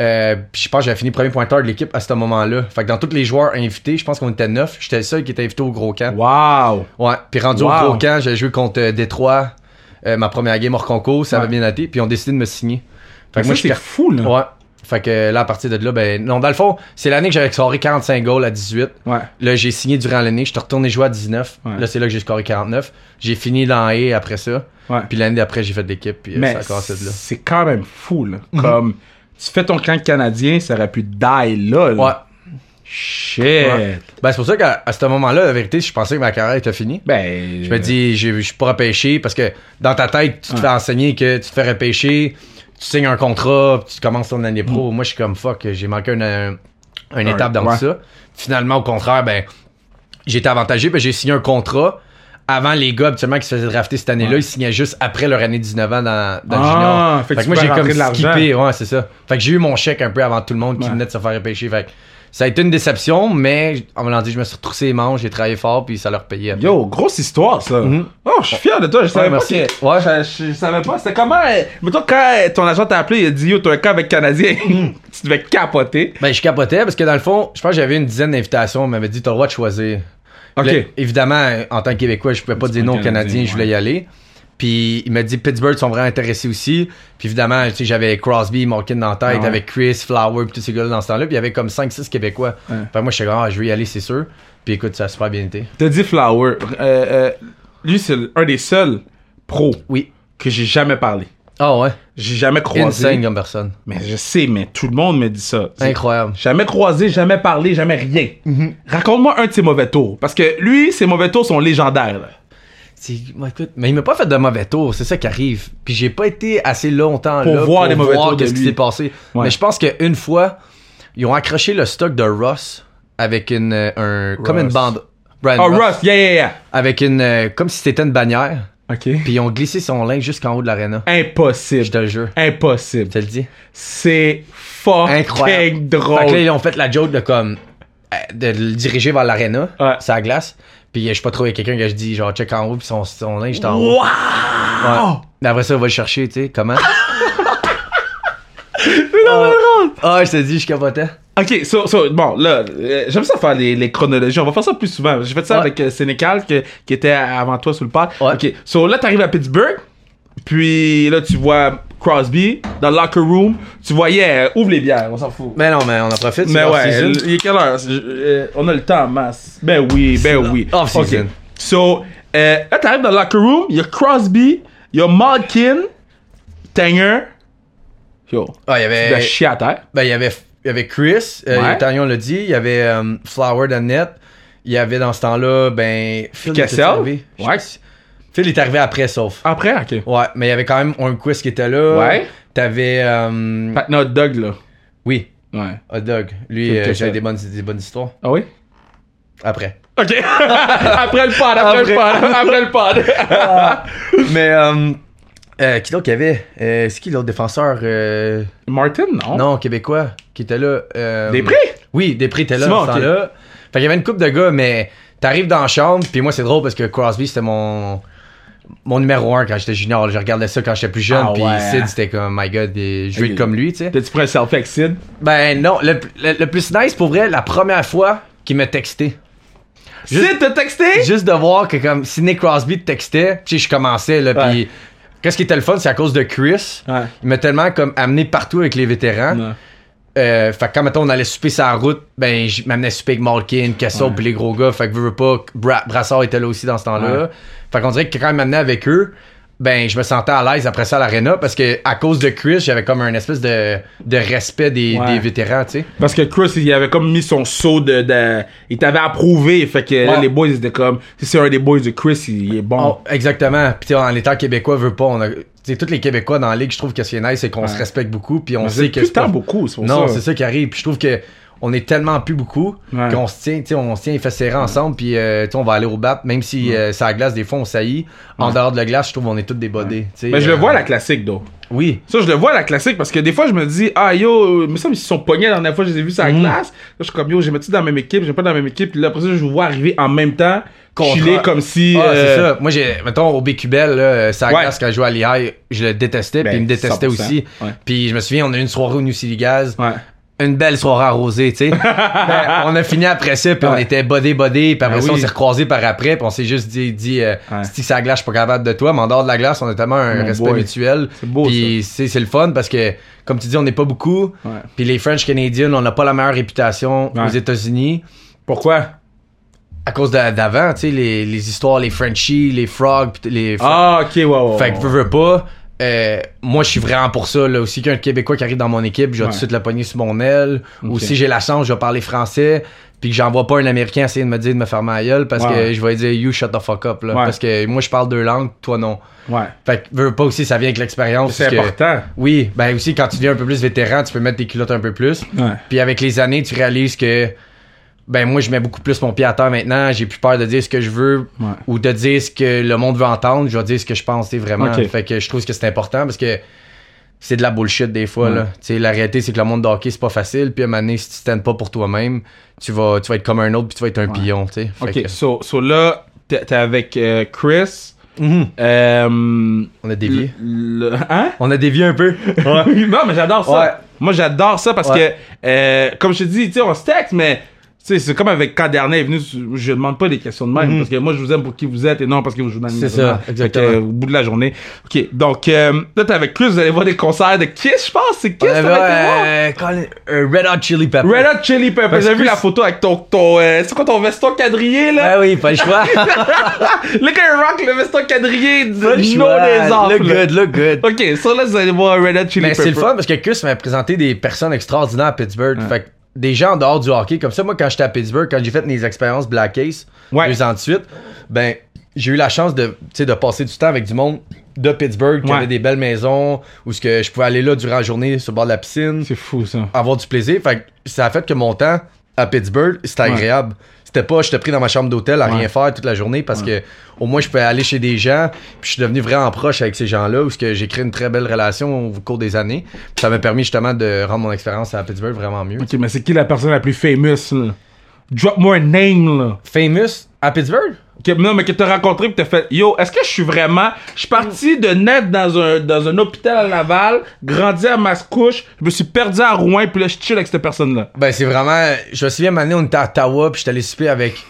Speaker 2: Euh, puis je pense que j'avais fini premier pointeur de l'équipe à ce moment-là. Fait que dans tous les joueurs invités, je pense qu'on était neuf. J'étais le seul qui était invité au gros camp.
Speaker 1: Wow.
Speaker 2: Ouais. Puis rendu
Speaker 1: Wow.
Speaker 2: au gros camp, j'ai joué contre euh, Détroit, euh, ma première game hors concours. Ça
Speaker 1: Ouais.
Speaker 2: avait bien été. Puis ils ont décidé de me signer.
Speaker 1: Fait
Speaker 2: Fait que moi, je
Speaker 1: c'est
Speaker 2: per-
Speaker 1: fou, là.
Speaker 2: Ouais. Fait que là, à partir de là, ben non, dans le fond, c'est l'année que j'avais scoré 45 goals à 18.
Speaker 1: Ouais.
Speaker 2: Là, j'ai signé durant l'année. Je suis retourné jouer à 19.
Speaker 1: Ouais.
Speaker 2: Là, c'est là que j'ai scoré 49. J'ai fini dans A après ça.
Speaker 1: Ouais.
Speaker 2: Puis l'année d'après, j'ai fait de l'équipe. Puis euh,
Speaker 1: Mais
Speaker 2: ça a commencé de là. Mhm.
Speaker 1: c'est quand même fou, là. Comme, tu fais ton camp canadien, ça aurait pu die là. là.
Speaker 2: Ouais.
Speaker 1: Shit.
Speaker 2: Ouais. Ben, c'est pour ça qu'à à ce moment-là, la vérité, je pensais que ma carrière était finie.
Speaker 1: Ben.
Speaker 2: Je me dis, j'ai- je suis pas repêché parce que dans ta tête, tu te fais enseigner que tu te fais repêcher, tu signes un contrat, puis tu commences ton année pro. Moi, je suis comme fuck, j'ai manqué une, un- une
Speaker 1: Un-
Speaker 2: étape dans
Speaker 1: Mm. ouais.
Speaker 2: tout ça. Finalement, au contraire, ben, j'ai été avantagé, ben, j'ai signé un contrat. Avant, les gars, habituellement, qui se faisaient drafter cette année-là,
Speaker 1: Ouais.
Speaker 2: ils signaient juste après leur année 19 ans dans, dans le
Speaker 1: Ah,
Speaker 2: junior.
Speaker 1: fait que tu
Speaker 2: moi,
Speaker 1: peux
Speaker 2: j'ai
Speaker 1: rentrer
Speaker 2: comme
Speaker 1: de l'argent.
Speaker 2: skippé. Ouais, c'est ça. Fait que j'ai eu mon chèque un peu avant tout le monde qui
Speaker 1: Ouais.
Speaker 2: venait de se faire repêcher. Fait que ça a été une déception, mais en me l'en dit, je me suis retroussé les manches, j'ai travaillé fort, puis ça leur payait. après.
Speaker 1: Yo, grosse histoire, ça.
Speaker 2: Mhm.
Speaker 1: Oh, je suis fier de toi. Je savais
Speaker 2: Ouais, merci.
Speaker 1: pas. que-
Speaker 2: Ouais.
Speaker 1: Je, je- je savais pas. C'était comment. euh, Mais toi, quand euh, ton agent t'a appelé, il a dit Yo, t'as un camp avec Canadien. tu devais capoter.
Speaker 2: Ben, je capotais parce que dans le fond, je pense que j'avais une dizaine d'invitations. On m'avait dit, t'as le droit de choisir.
Speaker 1: Ok.
Speaker 2: Là, évidemment, en tant que Québécois, je pouvais pas dire non aux
Speaker 1: Canadien,
Speaker 2: Canadiens, je voulais y aller. Puis il m'a dit, Pittsburgh sont vraiment intéressés aussi. Puis évidemment, tu sais, j'avais Crosby, Malkin dans la tête,
Speaker 1: Ah ouais.
Speaker 2: avec Chris, Flower, puis tous ces gars-là dans ce temps-là. Puis il y avait comme 5-6 Québécois.
Speaker 1: Ouais.
Speaker 2: Fait que moi, je suis comme, ah, je vais y aller, c'est sûr. Puis écoute, ça a super bien été.
Speaker 1: T'as dit Flower. Euh, euh, lui, c'est un des seuls pros
Speaker 2: Oui.
Speaker 1: que j'ai jamais parlé.
Speaker 2: Ah ouais.
Speaker 1: J'ai jamais croisé.
Speaker 2: Insane comme personne.
Speaker 1: Mais je sais, mais tout le monde me dit ça. C'est-
Speaker 2: Incroyable.
Speaker 1: Jamais croisé, jamais parlé, jamais rien. Raconte-moi un de ses mauvais tours. Parce que lui, ses mauvais tours sont légendaires. là.
Speaker 2: C'est- ouais, écoute, mais il m'a pas fait de mauvais tour, c'est ça qui arrive. Puis j'ai pas été assez longtemps
Speaker 1: Pour
Speaker 2: là
Speaker 1: voir
Speaker 2: pour
Speaker 1: les mauvais
Speaker 2: voir
Speaker 1: tours de
Speaker 2: qu'est-ce qui
Speaker 1: lui.
Speaker 2: s'est passé.
Speaker 1: Ouais.
Speaker 2: Mais je pense qu'une fois, ils ont accroché le stock de Ross avec une euh, un comme une
Speaker 1: Ross.
Speaker 2: bande Brian
Speaker 1: Oh,
Speaker 2: Ross.
Speaker 1: Russ, yeah, yeah, yeah.
Speaker 2: avec une euh, comme si c'était une bannière.
Speaker 1: OK.
Speaker 2: Puis ils ont glissé son linge jusqu'en haut de l'aréna. Je te
Speaker 1: Impossible.
Speaker 2: le jure.
Speaker 1: Impossible.
Speaker 2: Je te le dis.
Speaker 1: C'est fucking
Speaker 2: Incroyable. Fait que là,
Speaker 1: drôle.
Speaker 2: ils ont fait la joke de comme euh, de le diriger vers l'aréna,
Speaker 1: Ouais.
Speaker 2: sa glace. Puis euh, je sais pas trop, il y a quelqu'un qui a dit genre check en haut puis son, son linge est en haut.
Speaker 1: Wow!
Speaker 2: Mais après ça, on va le chercher, tu sais, comment? Ah. Ah, je te dis, je capotais.
Speaker 1: Ok, so, so, bon, là, euh, j'aime ça faire les, les chronologies. On va faire ça plus souvent. J'ai fait ça
Speaker 2: Ouais.
Speaker 1: avec euh, Sénécal, que- qui était à- avant toi sur le pad.
Speaker 2: Ouais.
Speaker 1: Ok, so là, t'arrives à Pittsburgh, puis là, tu vois Crosby dans le locker room. Tu voyais, euh, ouvre les bières, on s'en fout.
Speaker 2: Mais non, mais on en profite.
Speaker 1: Mais
Speaker 2: c'est
Speaker 1: ouais,
Speaker 2: off-season.
Speaker 1: il est quelle heure? Je- euh, on a le temps, en masse. Ben oui, ben
Speaker 2: C'est
Speaker 1: oui.
Speaker 2: off-season.
Speaker 1: Ok. So, euh, là, t'arrives dans le locker room, il y a Crosby, il y a Malkin, Tanger. Yo,
Speaker 2: Ah, il y
Speaker 1: tu dois
Speaker 2: avait.
Speaker 1: chier à terre.
Speaker 2: Ben, il y avait, il y avait Chris, euh,
Speaker 1: Ouais.
Speaker 2: Tagnon l'a dit. Il y avait euh, Flower de Net. Il y avait dans ce temps-là, ben. Phil était
Speaker 1: Kessel?
Speaker 2: arrivé. Je-
Speaker 1: Ouais.
Speaker 2: Phil est arrivé après, sauf.
Speaker 1: Après, ok.
Speaker 2: Ouais, mais il y avait quand même un quiz qui était là.
Speaker 1: Ouais.
Speaker 2: T'avais. euh,
Speaker 1: Pat notre Doug, là.
Speaker 2: oui,
Speaker 1: Ouais.
Speaker 2: Hot Dog. Lui,
Speaker 1: Phil
Speaker 2: euh,
Speaker 1: Kessel.
Speaker 2: j'avais des bonnes, des bonnes histoires.
Speaker 1: Ah oui?
Speaker 2: Après.
Speaker 1: Ok. après le pod, après, le
Speaker 2: Après.
Speaker 1: pod, après le pod.
Speaker 2: mais, euh, euh, qui d'autre qu'il y avait Euh, C'est qui l'autre défenseur euh,
Speaker 1: Martin, non?
Speaker 2: Non, québécois, qui était là. euh,
Speaker 1: Hein? Des prix?
Speaker 2: Oui, des prix étaient là
Speaker 1: Simon,
Speaker 2: dans ce
Speaker 1: ok.
Speaker 2: temps-là. Fait qu'il y avait une coupe de gars, mais t'arrives dans la chambre, puis moi c'est drôle parce que Crosby c'était mon mon numéro un quand j'étais junior. Je regardais ça quand j'étais plus jeune,
Speaker 1: Ah
Speaker 2: puis
Speaker 1: ouais.
Speaker 2: Sid c'était comme my god, des- je veux
Speaker 1: Ok.
Speaker 2: être comme lui, tu sais.
Speaker 1: T'as-tu pris un selfie avec Sid?
Speaker 2: Ben non, le, le- le plus nice pour vrai, la première fois qu'il m'a texté. Juste-
Speaker 1: Sid, t'as texté?
Speaker 2: Juste de voir que comme Sidney Crosby te textait, tu sais, je commençais là,
Speaker 1: Ouais.
Speaker 2: puis qu'est-ce qui était le fun, c'est à cause de Chris.
Speaker 1: Ouais.
Speaker 2: Il m'a tellement comme amené partout avec les vétérans.
Speaker 1: Non.
Speaker 2: Euh, fait que quand mettons on allait souper sur la route, ben je m'amenais souper avec Malkin, Casso puis les gros gars. Fait que veux, veux pas, Bra- Brassard était là aussi dans ce temps-là.
Speaker 1: Ouais.
Speaker 2: Fait qu'on dirait que quand il m'amenait avec eux, ben je me sentais à l'aise après ça à l'aréna parce que à cause de Chris, j'avais comme un espèce de, de respect des,
Speaker 1: Ouais.
Speaker 2: des vétérans, tu sais.
Speaker 1: Parce que Chris, il avait comme mis son saut de. de- il t'avait approuvé. Fait que là,
Speaker 2: Ouais.
Speaker 1: les boys, ils étaient comme. Si c'est un des boys de Chris, il est bon.
Speaker 2: Oh, exactement. Puis tu sais, en étant québécois, veut pas, on a. tu sais, tous les Québécois dans la ligue, je trouve que ce qui est nice, c'est qu'on se respecte beaucoup, puis on
Speaker 1: On
Speaker 2: sait
Speaker 1: sait
Speaker 2: que
Speaker 1: plus
Speaker 2: c'est pas-
Speaker 1: tant beaucoup, c'est pour
Speaker 2: Non,
Speaker 1: ça.
Speaker 2: c'est ça qui arrive. Puis je trouve que on est tellement plus beaucoup
Speaker 1: Ouais.
Speaker 2: qu'on se tient, tu sais, on se tient, il fait serrer ensemble, puis euh, tu sais, on va aller au bat, même si euh, ça glace, des fois on saillit. En dehors de la glace, je trouve on est tous débodés. tu sais,
Speaker 1: Mais Ben, je le
Speaker 2: euh,
Speaker 1: vois, la classique, d'eau.
Speaker 2: Oui.
Speaker 1: Ça, je le vois, la classique, parce que des fois, je me dis, ah yo, mais ça, ils se sont pognés la dernière fois, je les ai vus sur la
Speaker 2: Mm.
Speaker 1: glace. Là, je suis comme, yo, j'ai mis dans la même équipe, j'ai pas dans la même équipe. Puis là, après ça, je vous vois arriver en même temps,
Speaker 2: Contre-
Speaker 1: chiller comme si.
Speaker 2: Ah,
Speaker 1: euh,
Speaker 2: c'est ça. Moi, j'ai, mettons, au Bécubel, là, euh, ça
Speaker 1: Ouais.
Speaker 2: glace quand je jouais à l'IA, je le détestais,
Speaker 1: Ben,
Speaker 2: puis il me détestait
Speaker 1: 100%,
Speaker 2: aussi.
Speaker 1: ouais.
Speaker 2: Puis je me souviens, on a eu une soirée au New City Gas.
Speaker 1: Ouais.
Speaker 2: une belle soirée arrosée, tu sais. Ben, on a fini après ça, puis on
Speaker 1: Ouais.
Speaker 2: était bodé bodé, puis après
Speaker 1: Ben
Speaker 2: ça, on
Speaker 1: oui.
Speaker 2: s'est recroisés par après, puis on s'est juste dit, dit euh,
Speaker 1: Ouais.
Speaker 2: si ça glace, je suis pas capable de toi, mais en dehors de la glace, on a tellement un
Speaker 1: Mon
Speaker 2: respect
Speaker 1: boy.
Speaker 2: mutuel.
Speaker 1: C'est beau,
Speaker 2: Puis c'est c'est le fun parce que, comme tu dis, on n'est pas beaucoup.
Speaker 1: Ouais.
Speaker 2: Puis les French Canadiens, on n'a pas la meilleure réputation
Speaker 1: Ouais.
Speaker 2: aux États-Unis
Speaker 1: Pourquoi?
Speaker 2: à cause de- d'avant, tu sais, les, les histoires, les Frenchies, les Frogs, puis les Fro-
Speaker 1: Ah, ok, ouais, ouais.
Speaker 2: fait que veux, veux pas. euh, moi, je suis vraiment pour ça. Là. Aussi qu'un Québécois qui arrive dans mon équipe, je vais
Speaker 1: Ouais.
Speaker 2: tout de suite le pogner sur mon aile. Ou
Speaker 1: Ok.
Speaker 2: si j'ai la chance, je vais parler français. Puis que j'envoie pas un Américain essayer de me dire de me faire ma gueule parce que
Speaker 1: Ouais.
Speaker 2: je vais lui dire You shut the fuck up. Là,
Speaker 1: Ouais.
Speaker 2: Parce que moi, je parle deux langues, toi non.
Speaker 1: Ouais.
Speaker 2: Fait que veux pas aussi, ça vient avec l'expérience.
Speaker 1: C'est
Speaker 2: parce que-
Speaker 1: important.
Speaker 2: Oui, ben aussi, quand tu deviens un peu plus vétéran, tu peux mettre tes culottes un peu plus.
Speaker 1: Ouais.
Speaker 2: Puis avec les années, tu réalises que ben moi je mets beaucoup plus mon pied à terre maintenant, j'ai plus peur de dire ce que je veux
Speaker 1: Ouais.
Speaker 2: ou de dire ce que le monde veut entendre, je vais dire ce que je pense, tu sais, vraiment.
Speaker 1: Ok.
Speaker 2: Fait que je trouve que c'est important parce que c'est de la bullshit des fois
Speaker 1: Ouais.
Speaker 2: là. Tu sais, la réalité c'est que le monde de hockey c'est pas facile, puis à un moment donné, si tu t'aimes pas pour toi-même, tu vas tu vas être comme un autre puis tu vas être un pion, tu sais. Fait
Speaker 1: Ok,
Speaker 2: que-
Speaker 1: so, so là, t'es t'es avec euh, Chris.
Speaker 2: Mhm.
Speaker 1: Euh,
Speaker 2: On a dévié.
Speaker 1: le- le- hein?
Speaker 2: On a dévié un peu.
Speaker 1: non, mais j'adore ça.
Speaker 2: Ouais.
Speaker 1: Moi, j'adore ça parce
Speaker 2: Ouais.
Speaker 1: que, euh, comme je te dis, tu sais, on se texte, mais tu sais, c'est comme avec quand dernier est venu, je demande pas des questions de même parce que moi, je vous aime pour qui vous êtes et non parce que vous jouez dans le
Speaker 2: Mhm. C'est
Speaker 1: Nirvana.
Speaker 2: ça,
Speaker 1: Fait que,
Speaker 2: exactement.
Speaker 1: euh, au bout de la journée. OK, donc euh, là, t'es avec Chris, vous allez voir des concerts de Kiss, je pense. C'est Kiss,
Speaker 2: Euh,
Speaker 1: ça va être voir.
Speaker 2: euh, Colin- euh, Red Hot Chili Peppers.
Speaker 1: Red Hot Chili Peppers.
Speaker 2: Parce
Speaker 1: J'ai
Speaker 2: que
Speaker 1: vu la
Speaker 2: c'est-
Speaker 1: photo avec ton, ton euh, c'est quoi ton veston quadrillé, là?
Speaker 2: Ah oui, pas le choix.
Speaker 1: Le gars rock, le veston quadrillé, d- no
Speaker 2: Pas le
Speaker 1: des
Speaker 2: choix.
Speaker 1: enfants.
Speaker 2: Look good, look good.
Speaker 1: Ok, ça là, vous allez voir Red Hot Chili
Speaker 2: Mais c'est le
Speaker 1: Peppers.
Speaker 2: fun parce que Chris m'a présenté des personnes extraordinaires à Pittsburgh. Fait que des gens en dehors du hockey. Comme ça, moi, quand j'étais à Pittsburgh, quand j'ai fait mes expériences Black Ace,
Speaker 1: Ouais.
Speaker 2: deux ans de suite, ben, j'ai eu la chance de, tu sais, de passer du temps avec du monde de Pittsburgh qui
Speaker 1: Ouais.
Speaker 2: avait des belles maisons où ce que je pouvais aller là durant la journée sur le bord de la piscine,
Speaker 1: C'est fou, ça.
Speaker 2: avoir du plaisir. Fait que ça a fait que mon temps à Pittsburgh, c'était
Speaker 1: Ouais.
Speaker 2: agréable. C'était pas, j'étais pris dans ma chambre d'hôtel à
Speaker 1: Ouais.
Speaker 2: rien faire toute la journée parce que au moins je pouvais aller chez des gens. Puis je suis devenu vraiment proche avec ces gens-là où ce que j'ai créé une très belle relation au cours des années. Ça m'a permis justement de rendre mon expérience à Pittsburgh vraiment mieux.
Speaker 1: Ok, mais c'est qui la personne la plus famous, là? Drop-moi un name, là.
Speaker 2: Famous à Pittsburgh?
Speaker 1: Que, non, mais que t'as rencontré pis t'as fait Yo, est-ce que je suis vraiment. Je suis parti de net dans un, dans un hôpital à Laval, grandi à Mascouche, je me suis perdu à Rouen, puis là, je chill avec cette personne-là.
Speaker 2: Ben c'est vraiment. Je me souviens, une année, on était à Ottawa puis j'étais allé souper avec.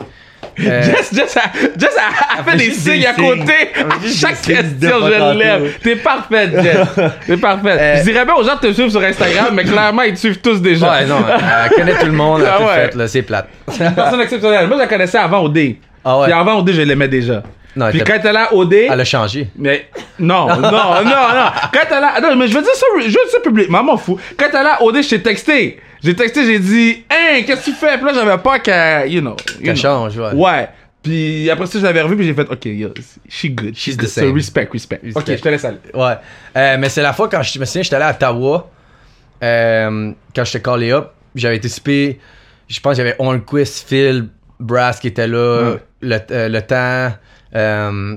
Speaker 2: euh,
Speaker 1: Jess, Jess, elle- Jess, elle- elle fait
Speaker 2: fait
Speaker 1: des
Speaker 2: Ah, juste des
Speaker 1: signes à
Speaker 2: signes.
Speaker 1: côté.
Speaker 2: Elle
Speaker 1: À
Speaker 2: fait juste
Speaker 1: chaque
Speaker 2: des signes de
Speaker 1: question,
Speaker 2: pas
Speaker 1: je
Speaker 2: tantôt.
Speaker 1: lève. T'es parfaite, Jess. T'es parfaite.
Speaker 2: Euh,
Speaker 1: Je dirais bien aux gens de te suivre sur Instagram, mais clairement, ils te suivent tous déjà.
Speaker 2: Ouais, non, elle connaît tout le monde, elle a
Speaker 1: Ah
Speaker 2: tout
Speaker 1: ouais.
Speaker 2: fait, là, c'est plate.
Speaker 1: Une personne exceptionnelle. Moi, je la connaissais avant OD.
Speaker 2: Ah ouais.
Speaker 1: Puis avant OD, je l'aimais déjà.
Speaker 2: Non, elle
Speaker 1: Puis
Speaker 2: était-
Speaker 1: quand elle a OD.
Speaker 2: Elle a changé.
Speaker 1: Mais non, non, non, non. Quand elle a. Non, mais je veux dire ça, je veux dire ça publiquement, m'en fous. Quand elle a OD, je t'ai texté. J'ai texté, j'ai dit, hein, qu'est-ce que tu fais? Puis là, j'avais pas qu'elle. You know. you
Speaker 2: Qu'elle
Speaker 1: know.
Speaker 2: change, ouais.
Speaker 1: Ouais. Puis après ça, je l'avais revu, puis j'ai fait, OK, yo, she good.
Speaker 2: She's
Speaker 1: she
Speaker 2: the
Speaker 1: good. So
Speaker 2: same.
Speaker 1: respect, respect. OK,
Speaker 2: respect.
Speaker 1: je te laisse aller.
Speaker 2: Ouais. Euh, mais c'est la fois quand je me souviens, j'étais allé à Ottawa. euh, quand j'étais callé up, j'avais été super. Je pense qu'il y avait Hornquist, Phil, Brass qui était là,
Speaker 1: Ouais.
Speaker 2: le, euh, le temps, euh,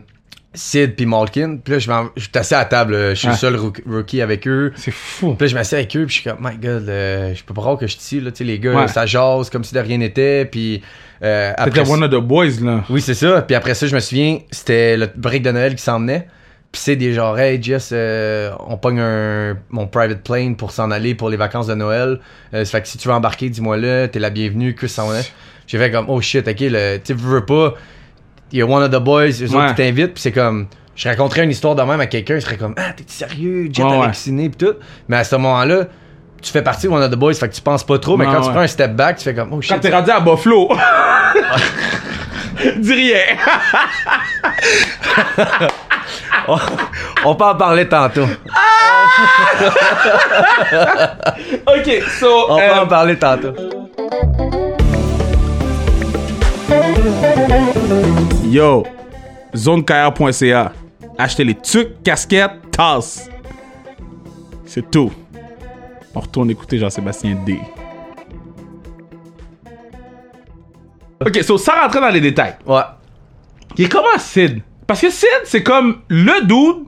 Speaker 2: Sid puis Malkin. Puis là, je m'en- je suis assis à la table, euh, je suis
Speaker 1: Ah.
Speaker 2: le seul rook- rookie avec eux.
Speaker 1: C'est fou.
Speaker 2: Puis là, je m'assieds avec eux, puis je suis comme, my god, euh, je peux pas croire que je suis ici, là, tu sais, les gars,
Speaker 1: Ouais.
Speaker 2: ça jase comme si de rien n'était, puis euh, après.
Speaker 1: T'étais
Speaker 2: ça-
Speaker 1: one of the boys, là.
Speaker 2: oui, c'est ça. Puis après ça, je me souviens, c'était le break de Noël qui s'en venait. Puis c'est des genre, hey Jess, euh, on pogne un, mon private plane pour s'en aller pour les vacances de Noël. Euh, ça fait que si tu veux embarquer, dis-moi là, t'es la bienvenue, que s'en est. J'ai fait comme, oh shit, ok, le- tu veux veux pas, il y a one of the boys, eux
Speaker 1: Ouais.
Speaker 2: autres qui t'invitent, puis c'est comme, je raconterais une histoire de même à quelqu'un, il serait comme, ah, t'es sérieux, Jess,
Speaker 1: Ouais,
Speaker 2: t'as
Speaker 1: ouais.
Speaker 2: vacciné, pis tout. Mais à ce moment-là, tu fais partie de one of the boys, fait que tu penses pas trop, mais
Speaker 1: Ouais,
Speaker 2: quand tu
Speaker 1: ouais.
Speaker 2: prends un step back, tu fais comme, oh shit.
Speaker 1: Quand t'es rendu à Buffalo. Dis rien.
Speaker 2: on, on peut en parler tantôt.
Speaker 1: OK, so.
Speaker 2: On
Speaker 1: euh,
Speaker 2: va en parler tantôt.
Speaker 1: Yo, zonecarrière.ca. Achetez les tucs, casquettes, tasses. C'est tout. On retourne écouter Jean-Sébastien D. Ok, so, sans rentrer dans les détails.
Speaker 2: Ouais.
Speaker 1: Il est comment Sid? Parce que Sid, c'est comme le dude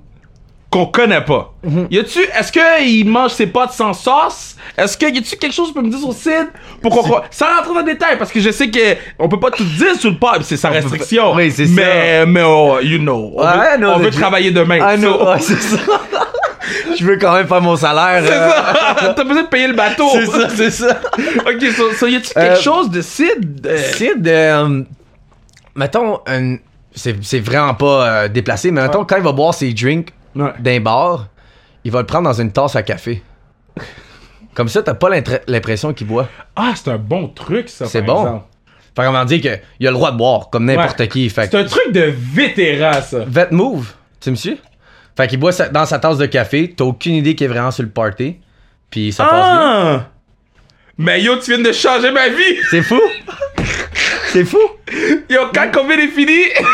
Speaker 1: qu'on connaît pas.
Speaker 2: Mhm.
Speaker 1: Y a-tu, est-ce que il mange ses potes sans sauce? Est-ce que y a-tu quelque chose que tu peux me dire sur Sid? Pour qu'on, sans rentrer dans le détail, parce que je sais que on peut pas tout dire sur le pod, c'est sa restriction.
Speaker 2: Oui, c'est ça. Ah,
Speaker 1: Mais, mais oh, you know, on
Speaker 2: Ouais,
Speaker 1: veut,
Speaker 2: non,
Speaker 1: on veut
Speaker 2: je-
Speaker 1: travailler demain.
Speaker 2: Ah non,
Speaker 1: So-
Speaker 2: ouais, c'est ça. Je veux quand même faire mon salaire.
Speaker 1: C'est
Speaker 2: euh,
Speaker 1: ça! T'as besoin de payer le bateau!
Speaker 2: C'est ça, c'est ça.
Speaker 1: ok, so, so y a-tu
Speaker 2: Euh,
Speaker 1: quelque chose de Sid? euh,
Speaker 2: Sid, euh, mettons, un- c'est c'est vraiment pas euh, déplacé, mais mettons, quand il va boire ses drinks
Speaker 1: Ouais.
Speaker 2: d'un bar, il va le prendre dans une tasse à café. Comme ça, t'as pas l'intra- l'impression qu'il boit.
Speaker 1: Ah, c'est un bon truc, ça,
Speaker 2: C'est
Speaker 1: par
Speaker 2: bon.
Speaker 1: exemple.
Speaker 2: Fait comment dire qu'il a le droit de boire, comme n'importe
Speaker 1: Ouais.
Speaker 2: qui. Fait
Speaker 1: C'est un truc de vétéran, ça.
Speaker 2: Vet move, tu me suis? Fait qu'il boit sa- dans sa tasse de café, t'as aucune idée qu'il est vraiment sur le party, puis ça passe bien.
Speaker 1: Ah! Mais yo, tu viens de changer ma vie!
Speaker 2: C'est fou! C'est fou!
Speaker 1: Yo,
Speaker 2: Mm.
Speaker 1: quand COVID est fini,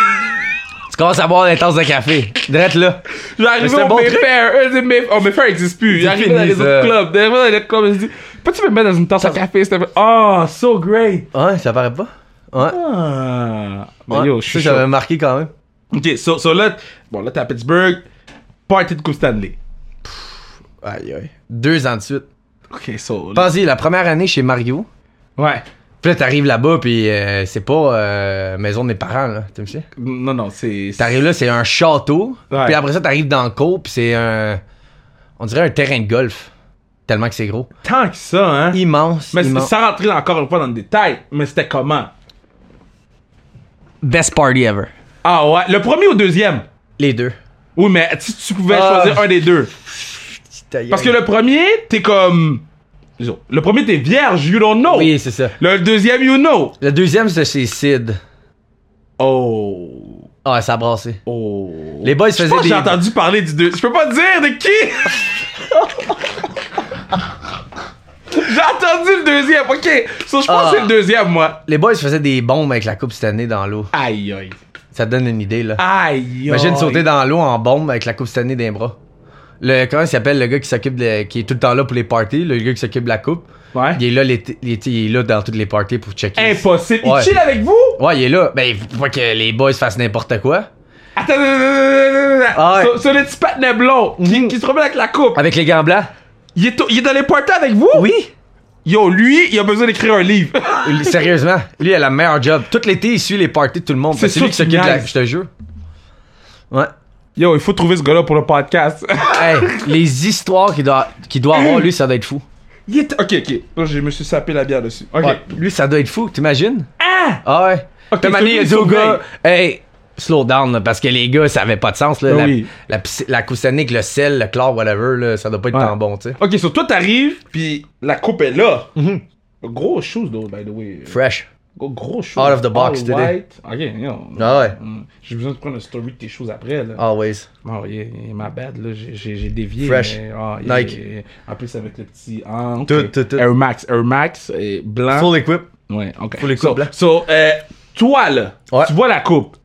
Speaker 2: Tu commences à boire des tasses de café, drette là.
Speaker 1: je vais arriver
Speaker 2: c'est un
Speaker 1: au
Speaker 2: bon
Speaker 1: Mayfair. Un des Mayf- Oh, Mayfair n'existe plus.
Speaker 2: C'est
Speaker 1: J'arrive
Speaker 2: fini,
Speaker 1: dans les
Speaker 2: ça.
Speaker 1: autres clubs. J'arrive dans les autres clubs, je dis, peux-tu me mettre dans une tasse à café, s'il te plaît? Oh, so great!
Speaker 2: Ouais, ça paraît pas. Ouais.
Speaker 1: Ah! Mais
Speaker 2: ouais.
Speaker 1: yo, je suis
Speaker 2: Ça,
Speaker 1: chaud.
Speaker 2: j'avais marqué quand même.
Speaker 1: Ok, so, so là, bon, là, t'es à Pittsburgh, party de Coupe Stanley.
Speaker 2: Aïe, aïe. Deux ans de suite.
Speaker 1: Ok, so. là-
Speaker 2: Pensez, la première année chez Mario,
Speaker 1: Ouais.
Speaker 2: puis là, t'arrives là-bas, puis euh, c'est pas euh, maison de mes parents, là, tu me sais?
Speaker 1: Non, non, c'est.
Speaker 2: T'arrives là, c'est un château,
Speaker 1: Ouais.
Speaker 2: puis après ça, t'arrives dans le cours, puis c'est un... On dirait un terrain de golf, tellement que c'est gros.
Speaker 1: Tant que ça, hein.
Speaker 2: Immense,
Speaker 1: Mais c'est-
Speaker 2: immense.
Speaker 1: sans rentrer encore une fois dans le détail, mais c'était comment?
Speaker 2: Best party ever.
Speaker 1: Ah ouais, le premier ou deuxième?
Speaker 2: Les deux.
Speaker 1: Oui, mais si tu pouvais
Speaker 2: Ah.
Speaker 1: choisir un des deux. Parce que le premier, t'es comme. disons, Le premier, t'es vierge, you don't know.
Speaker 2: Oui, c'est ça.
Speaker 1: Le deuxième, you know.
Speaker 2: Le deuxième, c'est chez Sid.
Speaker 1: Oh.
Speaker 2: Ah, ça a brassé.
Speaker 1: Oh.
Speaker 2: Les boys
Speaker 1: Je
Speaker 2: faisaient
Speaker 1: pense que
Speaker 2: des.
Speaker 1: j'ai entendu parler du deux. Je peux pas te dire de qui. j'ai entendu le deuxième, ok. So, je pense
Speaker 2: Ah.
Speaker 1: que c'est le deuxième, moi.
Speaker 2: Les boys faisaient des bombes avec la coupe cette année dans l'eau.
Speaker 1: Aïe, aïe.
Speaker 2: Ça te donne une idée, là.
Speaker 1: Aïe,
Speaker 2: Imagine
Speaker 1: aïe.
Speaker 2: sauter dans l'eau en bombe avec la coupe cette année d'un bras. Le, comment il s'appelle le gars qui s'occupe de, qui est tout le temps là pour les parties, le gars qui s'occupe de la coupe.
Speaker 1: Ouais.
Speaker 2: Il est là l'été- l'été, il est là dans toutes les parties pour checker.
Speaker 1: Impossible.
Speaker 2: Ouais.
Speaker 1: Il chill avec vous?
Speaker 2: Ouais, il est là. Ben, faut pas que les boys fassent n'importe quoi.
Speaker 1: Attends, attends, attends, attends,
Speaker 2: Ah
Speaker 1: attends.
Speaker 2: ouais.
Speaker 1: Sur- Sur les petits patinets blonds qui,
Speaker 2: Mhm.
Speaker 1: qui se promènent avec la coupe.
Speaker 2: Avec les gants blancs.
Speaker 1: Il est, au- il est dans les parties avec vous?
Speaker 2: Oui.
Speaker 1: Yo, lui, il a besoin d'écrire un livre.
Speaker 2: Il- Sérieusement, lui, elle a le meilleur job. Tout l'été, il suit les parties de tout le monde.
Speaker 1: C'est
Speaker 2: C'est lui qui
Speaker 1: sûr
Speaker 2: s'occupe
Speaker 1: qu'il
Speaker 2: de la.
Speaker 1: niaise.
Speaker 2: Je te jure. Ouais.
Speaker 1: Yo, il faut trouver ce gars-là pour le podcast.
Speaker 2: Hey, les histoires qu'il doit, qu'il doit avoir, lui, ça doit être fou.
Speaker 1: Il est- Ok, ok. Là, je me suis sapé la bière dessus. Ok.
Speaker 2: Ouais, Lui, ça doit être fou, t'imagines?
Speaker 1: Ah!
Speaker 2: Ah ouais.
Speaker 1: Ok,
Speaker 2: T'as
Speaker 1: celui
Speaker 2: manié, il a
Speaker 1: qui
Speaker 2: dit au
Speaker 1: surveille.
Speaker 2: gars, hey, slow down, là, parce que les gars, ça avait pas de sens, là.
Speaker 1: Ben
Speaker 2: la,
Speaker 1: oui.
Speaker 2: la, pis- la coussinette, le sel, le chlore, whatever, là, ça doit pas être
Speaker 1: Ouais.
Speaker 2: tant bon, tu sais.
Speaker 1: Ok, sur toi, t'arrives, puis la coupe est là.
Speaker 2: Mm-hmm.
Speaker 1: Gros shoes, though, by the way.
Speaker 2: Fresh.
Speaker 1: Gros, gros shoes.
Speaker 2: Out of the box
Speaker 1: All
Speaker 2: today.
Speaker 1: white. Ok, yo.
Speaker 2: Ah ouais. Ah.
Speaker 1: Mm. J'ai besoin de prendre un story de tes choses après, là.
Speaker 2: Always.
Speaker 1: Oh, yeah, yeah, my bad, là, j'ai- j'ai j'ai dévié.
Speaker 2: Fresh.
Speaker 1: mais- ah, yeah,
Speaker 2: Nike.
Speaker 1: yeah, yeah. En plus, avec le petit. Ah, ok.
Speaker 2: Tout, tout, tout.
Speaker 1: Air Max, Air Max, et blanc.
Speaker 2: Full equip.
Speaker 1: Ouais, ok.
Speaker 2: Full
Speaker 1: so,
Speaker 2: coupe, là.
Speaker 1: so, euh, toi, là,
Speaker 2: Ouais.
Speaker 1: tu vois la coupe.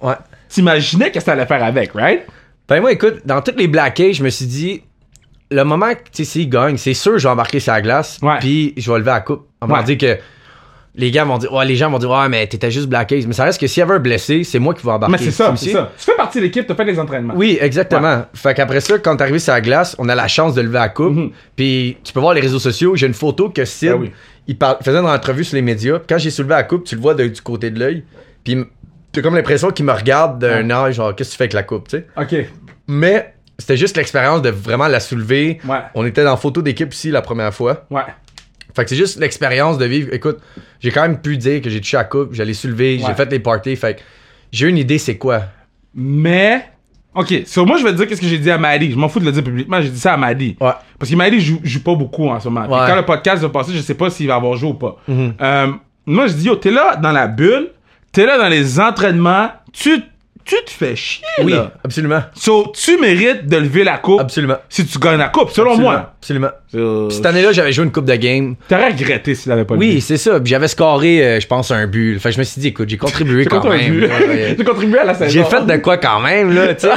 Speaker 2: Ouais.
Speaker 1: T'imaginais qu'est-ce que t'allais faire avec, right?
Speaker 2: Ben moi, écoute, dans toutes les Black Ace, je me suis dit, le moment que tu sais, s'ils gagnent, c'est sûr, je vais embarquer sur la glace,
Speaker 1: Ouais.
Speaker 2: puis je vais lever la coupe. On va
Speaker 1: Ouais.
Speaker 2: dire que les gars vont dire, ouais, les gens vont dire, ouais, mais t'étais juste Black Ace. Mais ça reste que s'il y avait un blessé, c'est moi qui vais embarquer.
Speaker 1: Ah, Mais c'est ça,
Speaker 2: me
Speaker 1: c'est
Speaker 2: suis?
Speaker 1: ça. Tu fais partie de l'équipe, t'as fait des entraînements.
Speaker 2: Oui, exactement. Fait qu'après ça, quand t'es arrivé sur la glace, on a la chance de lever la coupe. Puis tu peux voir les réseaux sociaux. J'ai une photo que Sid,
Speaker 1: Ah Mm-hmm. oui.
Speaker 2: il par- faisait une entrevue sur les médias. Quand j'ai soulevé la coupe, tu le vois de- du côté de l'œil. Puis il m- t'as comme l'impression qu'il me regarde d'un œil, genre, qu'est-ce que tu fais avec la coupe, tu sais.
Speaker 1: Ok.
Speaker 2: Mais c'était juste l'expérience de vraiment la soulever.
Speaker 1: Ouais.
Speaker 2: On était dans photo d'équipe ici la première fois.
Speaker 1: Ouais.
Speaker 2: Fait que c'est juste l'expérience de vivre. Écoute, j'ai quand même pu dire que j'ai touché à la coupe, j'allais soulever,
Speaker 1: Ouais.
Speaker 2: j'ai fait les parties. Fait que j'ai une idée c'est quoi.
Speaker 1: Mais. Ok, so moi je vais te dire qu'est-ce que j'ai dit à Maddie. Je m'en fous de le dire publiquement, j'ai dit ça à Maddie.
Speaker 2: Ouais.
Speaker 1: Parce que Maddie joue, joue pas beaucoup en ce moment. Puis
Speaker 2: Ouais. Mhm.
Speaker 1: Quand le podcast va passer, je sais pas s'il va avoir joué ou pas. Euh, moi je dis, yo, t'es là dans la bulle, t'es là dans les entraînements, tu, tu te fais chier.
Speaker 2: Oui,
Speaker 1: Là. Oh.
Speaker 2: absolument.
Speaker 1: So tu mérites de lever la coupe
Speaker 2: Absolument.
Speaker 1: si tu gagnes la coupe, selon
Speaker 2: Absolument,
Speaker 1: moi.
Speaker 2: Absolument.
Speaker 1: Euh,
Speaker 2: Cette année-là, j'avais joué une coupe de game.
Speaker 1: T'aurais regretté s'il avait pas
Speaker 2: Oui,
Speaker 1: levé.
Speaker 2: c'est ça. Puis j'avais scoré, euh, je pense, un but. Fait que je me suis dit, écoute, j'ai contribué
Speaker 1: J'ai
Speaker 2: quand même.
Speaker 1: contribué.
Speaker 2: Ouais, ouais.
Speaker 1: J'ai contribué à la saison.
Speaker 2: j'ai fait de quoi quand même, là, tu sais.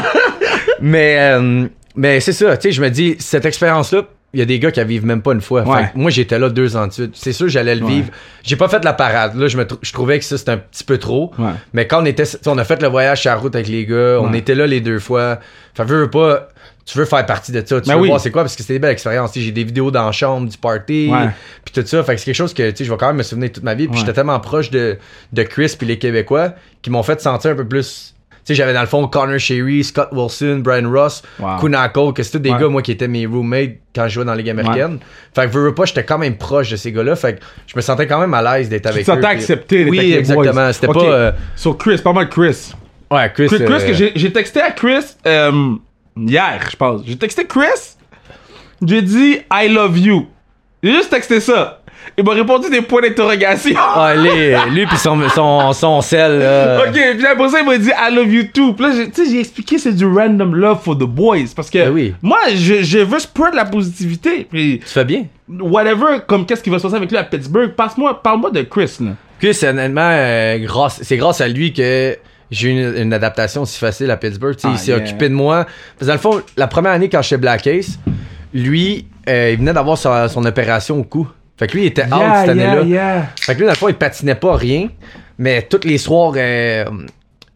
Speaker 2: mais, euh, mais c'est ça, tu sais, je me dis, cette expérience-là, il y a des gars qui la vivent même pas une fois. Fait
Speaker 1: Ouais.
Speaker 2: que moi, j'étais là deux ans de suite. C'est sûr, j'allais le
Speaker 1: Ouais.
Speaker 2: vivre. J'ai pas fait la parade. Là, je, me trou- je trouvais que ça, c'était un petit peu trop.
Speaker 1: Ouais.
Speaker 2: Mais quand on était, tu sais, on a fait le voyage sur la route avec les gars, on
Speaker 1: Ouais.
Speaker 2: était là les deux fois. Fait que veux, veux pas, tu veux faire partie de ça, tu
Speaker 1: Ben
Speaker 2: veux
Speaker 1: oui.
Speaker 2: voir c'est quoi, parce que c'était des belles expériences. Tu sais, J'ai des vidéos dans la chambre du party,
Speaker 1: Ouais.
Speaker 2: puis tout ça. Fait que c'est quelque chose que, tu sais, je vais quand même me souvenir toute ma vie. Puis
Speaker 1: Ouais.
Speaker 2: j'étais tellement proche de, de Chris puis les Québécois qui m'ont fait sentir un peu plus. Tu sais, j'avais dans le fond Connor Sherry, Scott Wilson, Brian Ross,
Speaker 1: Wow.
Speaker 2: Kunako, que c'est tous des
Speaker 1: Ouais.
Speaker 2: gars, moi, qui étaient mes roommates quand je jouais dans la Ligue américaine. Fait que veux, veux pas, j'étais quand même proche de ces gars-là. Fait que je me sentais quand même à l'aise d'être
Speaker 1: Tu
Speaker 2: avec
Speaker 1: t'es
Speaker 2: eux. puis-
Speaker 1: accepté d'être
Speaker 2: Oui,
Speaker 1: avec les boys.
Speaker 2: exactement. C'était
Speaker 1: Ok.
Speaker 2: pas. euh,
Speaker 1: Sur Chris, pas mal Chris.
Speaker 2: Ouais, Chris.
Speaker 1: Chris, Chris,
Speaker 2: euh,
Speaker 1: que j'ai j'ai texté à Chris euh, hier, je pense. J'ai texté Chris, j'ai dit I love you. J'ai juste texté ça. Il m'a répondu des points d'interrogation.
Speaker 2: Ah, euh. lui, lui pis son, son, son sel, là.
Speaker 1: Ok, puis après ça, il m'a dit I love you too. Puis là, j'ai- tu sais, j'ai expliqué c'est du random love for the boys. Parce que
Speaker 2: Ben oui.
Speaker 1: moi, je, je veux spread la positivité. Puis
Speaker 2: Tu fais bien.
Speaker 1: whatever, comme qu'est-ce qui va se passer avec lui à Pittsburgh, passe-moi, parle-moi de Chris. Là.
Speaker 2: Chris, honnêtement, euh, grâce, c'est grâce à lui que j'ai eu une, une adaptation si facile à Pittsburgh. Tu sais,
Speaker 1: Ah,
Speaker 2: il s'est
Speaker 1: yeah.
Speaker 2: occupé de moi. Parce que dans le fond, la première année quand j'étais Black Ace, lui, euh, il venait d'avoir sa- son opération au cou. Fait que lui, il était out
Speaker 1: Yeah,
Speaker 2: cette année-là.
Speaker 1: yeah, yeah.
Speaker 2: Fait que lui, dans le fond, il patinait pas rien. Mais tous les soirs, euh,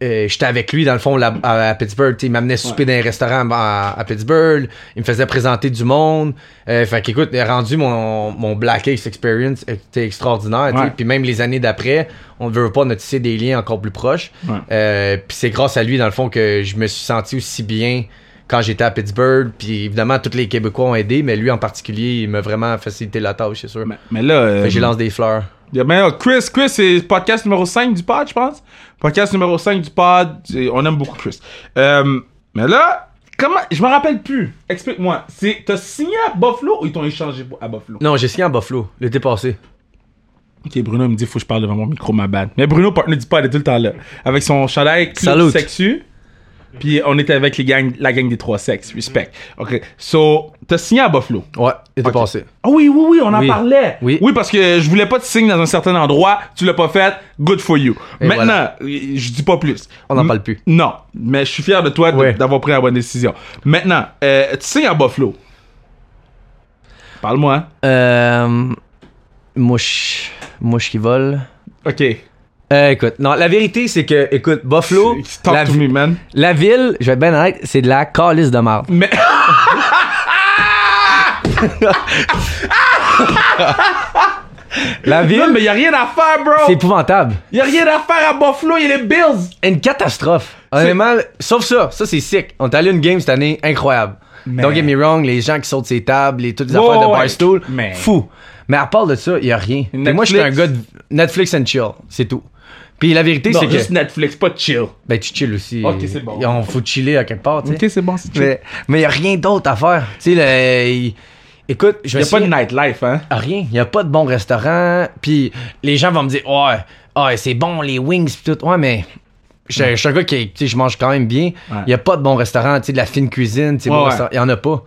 Speaker 2: euh, j'étais avec lui, dans le fond, là- à, à Pittsburgh. Tu sais, il m'amenait souper dans un restaurant à, à Pittsburgh. Il me faisait présenter du monde. Euh, fait qu'écoute, il a rendu mon, mon Black Ace Experience était extraordinaire. tu sais.
Speaker 1: Ouais.
Speaker 2: Puis même les années d'après, on ne veut pas, on a tissé des liens encore plus proches.
Speaker 1: Ouais.
Speaker 2: Euh, puis c'est grâce à lui, dans le fond, que je me suis senti aussi bien quand j'étais à Pittsburgh. Puis évidemment, tous les Québécois ont aidé, mais lui en particulier, il m'a vraiment facilité la tâche, c'est sûr.
Speaker 1: Mais, mais là, euh,
Speaker 2: Fait que j'ai lancé des fleurs.
Speaker 1: Yeah, ben, euh, Chris, Chris, c'est podcast numéro 5 du pod, je pense. Podcast numéro 5 du pod. c'est- On aime beaucoup Chris. Euh, mais là, comment. Je me rappelle plus. Explique-moi. C'est, t'as signé à Buffalo ou ils t'ont échangé pour- à Buffalo?
Speaker 2: Non, j'ai signé à Buffalo l'été passé.
Speaker 1: Ok, Bruno il me dit, faut que je parle devant mon micro, ma bad. Mais Bruno, partenaire du pod, est tout le temps là. Avec son chalet
Speaker 2: Salut.
Speaker 1: sexu. Puis on était avec les gangs, la gang des trois sexes. Respect. Ok. So, t'as signé à Buffalo.
Speaker 2: Ouais, l'été
Speaker 1: Ok.
Speaker 2: passé.
Speaker 1: Ah oui, oui, oui, on en
Speaker 2: Oui.
Speaker 1: parlait.
Speaker 2: Oui.
Speaker 1: parce que je voulais pas te signer dans un certain endroit. Tu l'as pas fait. Good for you.
Speaker 2: Et
Speaker 1: Maintenant,
Speaker 2: voilà.
Speaker 1: je dis pas plus.
Speaker 2: On en
Speaker 1: M-
Speaker 2: parle plus.
Speaker 1: Non, mais je suis fier de toi de-
Speaker 2: Ouais.
Speaker 1: d'avoir pris la bonne décision. Maintenant, euh, tu signes à Buffalo. Parle-moi. hein.
Speaker 2: Euh, mouche. Mouche qui vole.
Speaker 1: OK.
Speaker 2: Euh, écoute, non, la vérité, c'est que, écoute, Buffalo,
Speaker 1: Talk
Speaker 2: la,
Speaker 1: to me, man.
Speaker 2: la ville, je vais être bien honnête, c'est de la calice de marde.
Speaker 1: Mais...
Speaker 2: La
Speaker 1: Non,
Speaker 2: ville,
Speaker 1: mais y a rien à faire,
Speaker 2: c'est
Speaker 1: bro.
Speaker 2: épouvantable.
Speaker 1: Y a rien à faire à Buffalo. Y a les Bills.
Speaker 2: Une catastrophe. Honnêtement, sauf ça, ça c'est sick. On est allé à une game cette année incroyable.
Speaker 1: Mais-
Speaker 2: Don't get me wrong, les gens qui sautent ces tables, les, toutes les
Speaker 1: Ouais,
Speaker 2: affaires de
Speaker 1: ouais.
Speaker 2: barstool,
Speaker 1: Mais-
Speaker 2: fou. Mais à part de ça, il y a rien. Puis moi, je suis un
Speaker 1: Netflix.
Speaker 2: gars de Netflix and chill, c'est tout. Puis la vérité,
Speaker 1: Non,
Speaker 2: c'est que
Speaker 1: juste Netflix, pas de chill.
Speaker 2: ben tu chill aussi.
Speaker 1: Ok, c'est bon.
Speaker 2: On faut chiller à quelque part, tu sais.
Speaker 1: c'est bon, c'est
Speaker 2: Mais il n'y a rien d'autre à faire. Tu sais, le- il- écoute, je
Speaker 1: Y
Speaker 2: me
Speaker 1: a pas de
Speaker 2: souviens-
Speaker 1: nightlife, hein.
Speaker 2: Rien. Il n'y a pas de bon restaurant. Puis les gens vont me dire, ouais, ouais, c'est bon, les wings, pis tout. Ouais, mais. Je je suis un gars qui, tu sais, je mange quand même bien. Il
Speaker 1: Ouais.
Speaker 2: n'y a pas de bon restaurant, tu sais, de la fine cuisine, tu sais,
Speaker 1: Ouais,
Speaker 2: bon
Speaker 1: ouais.
Speaker 2: restaurant. Il n'y en a pas.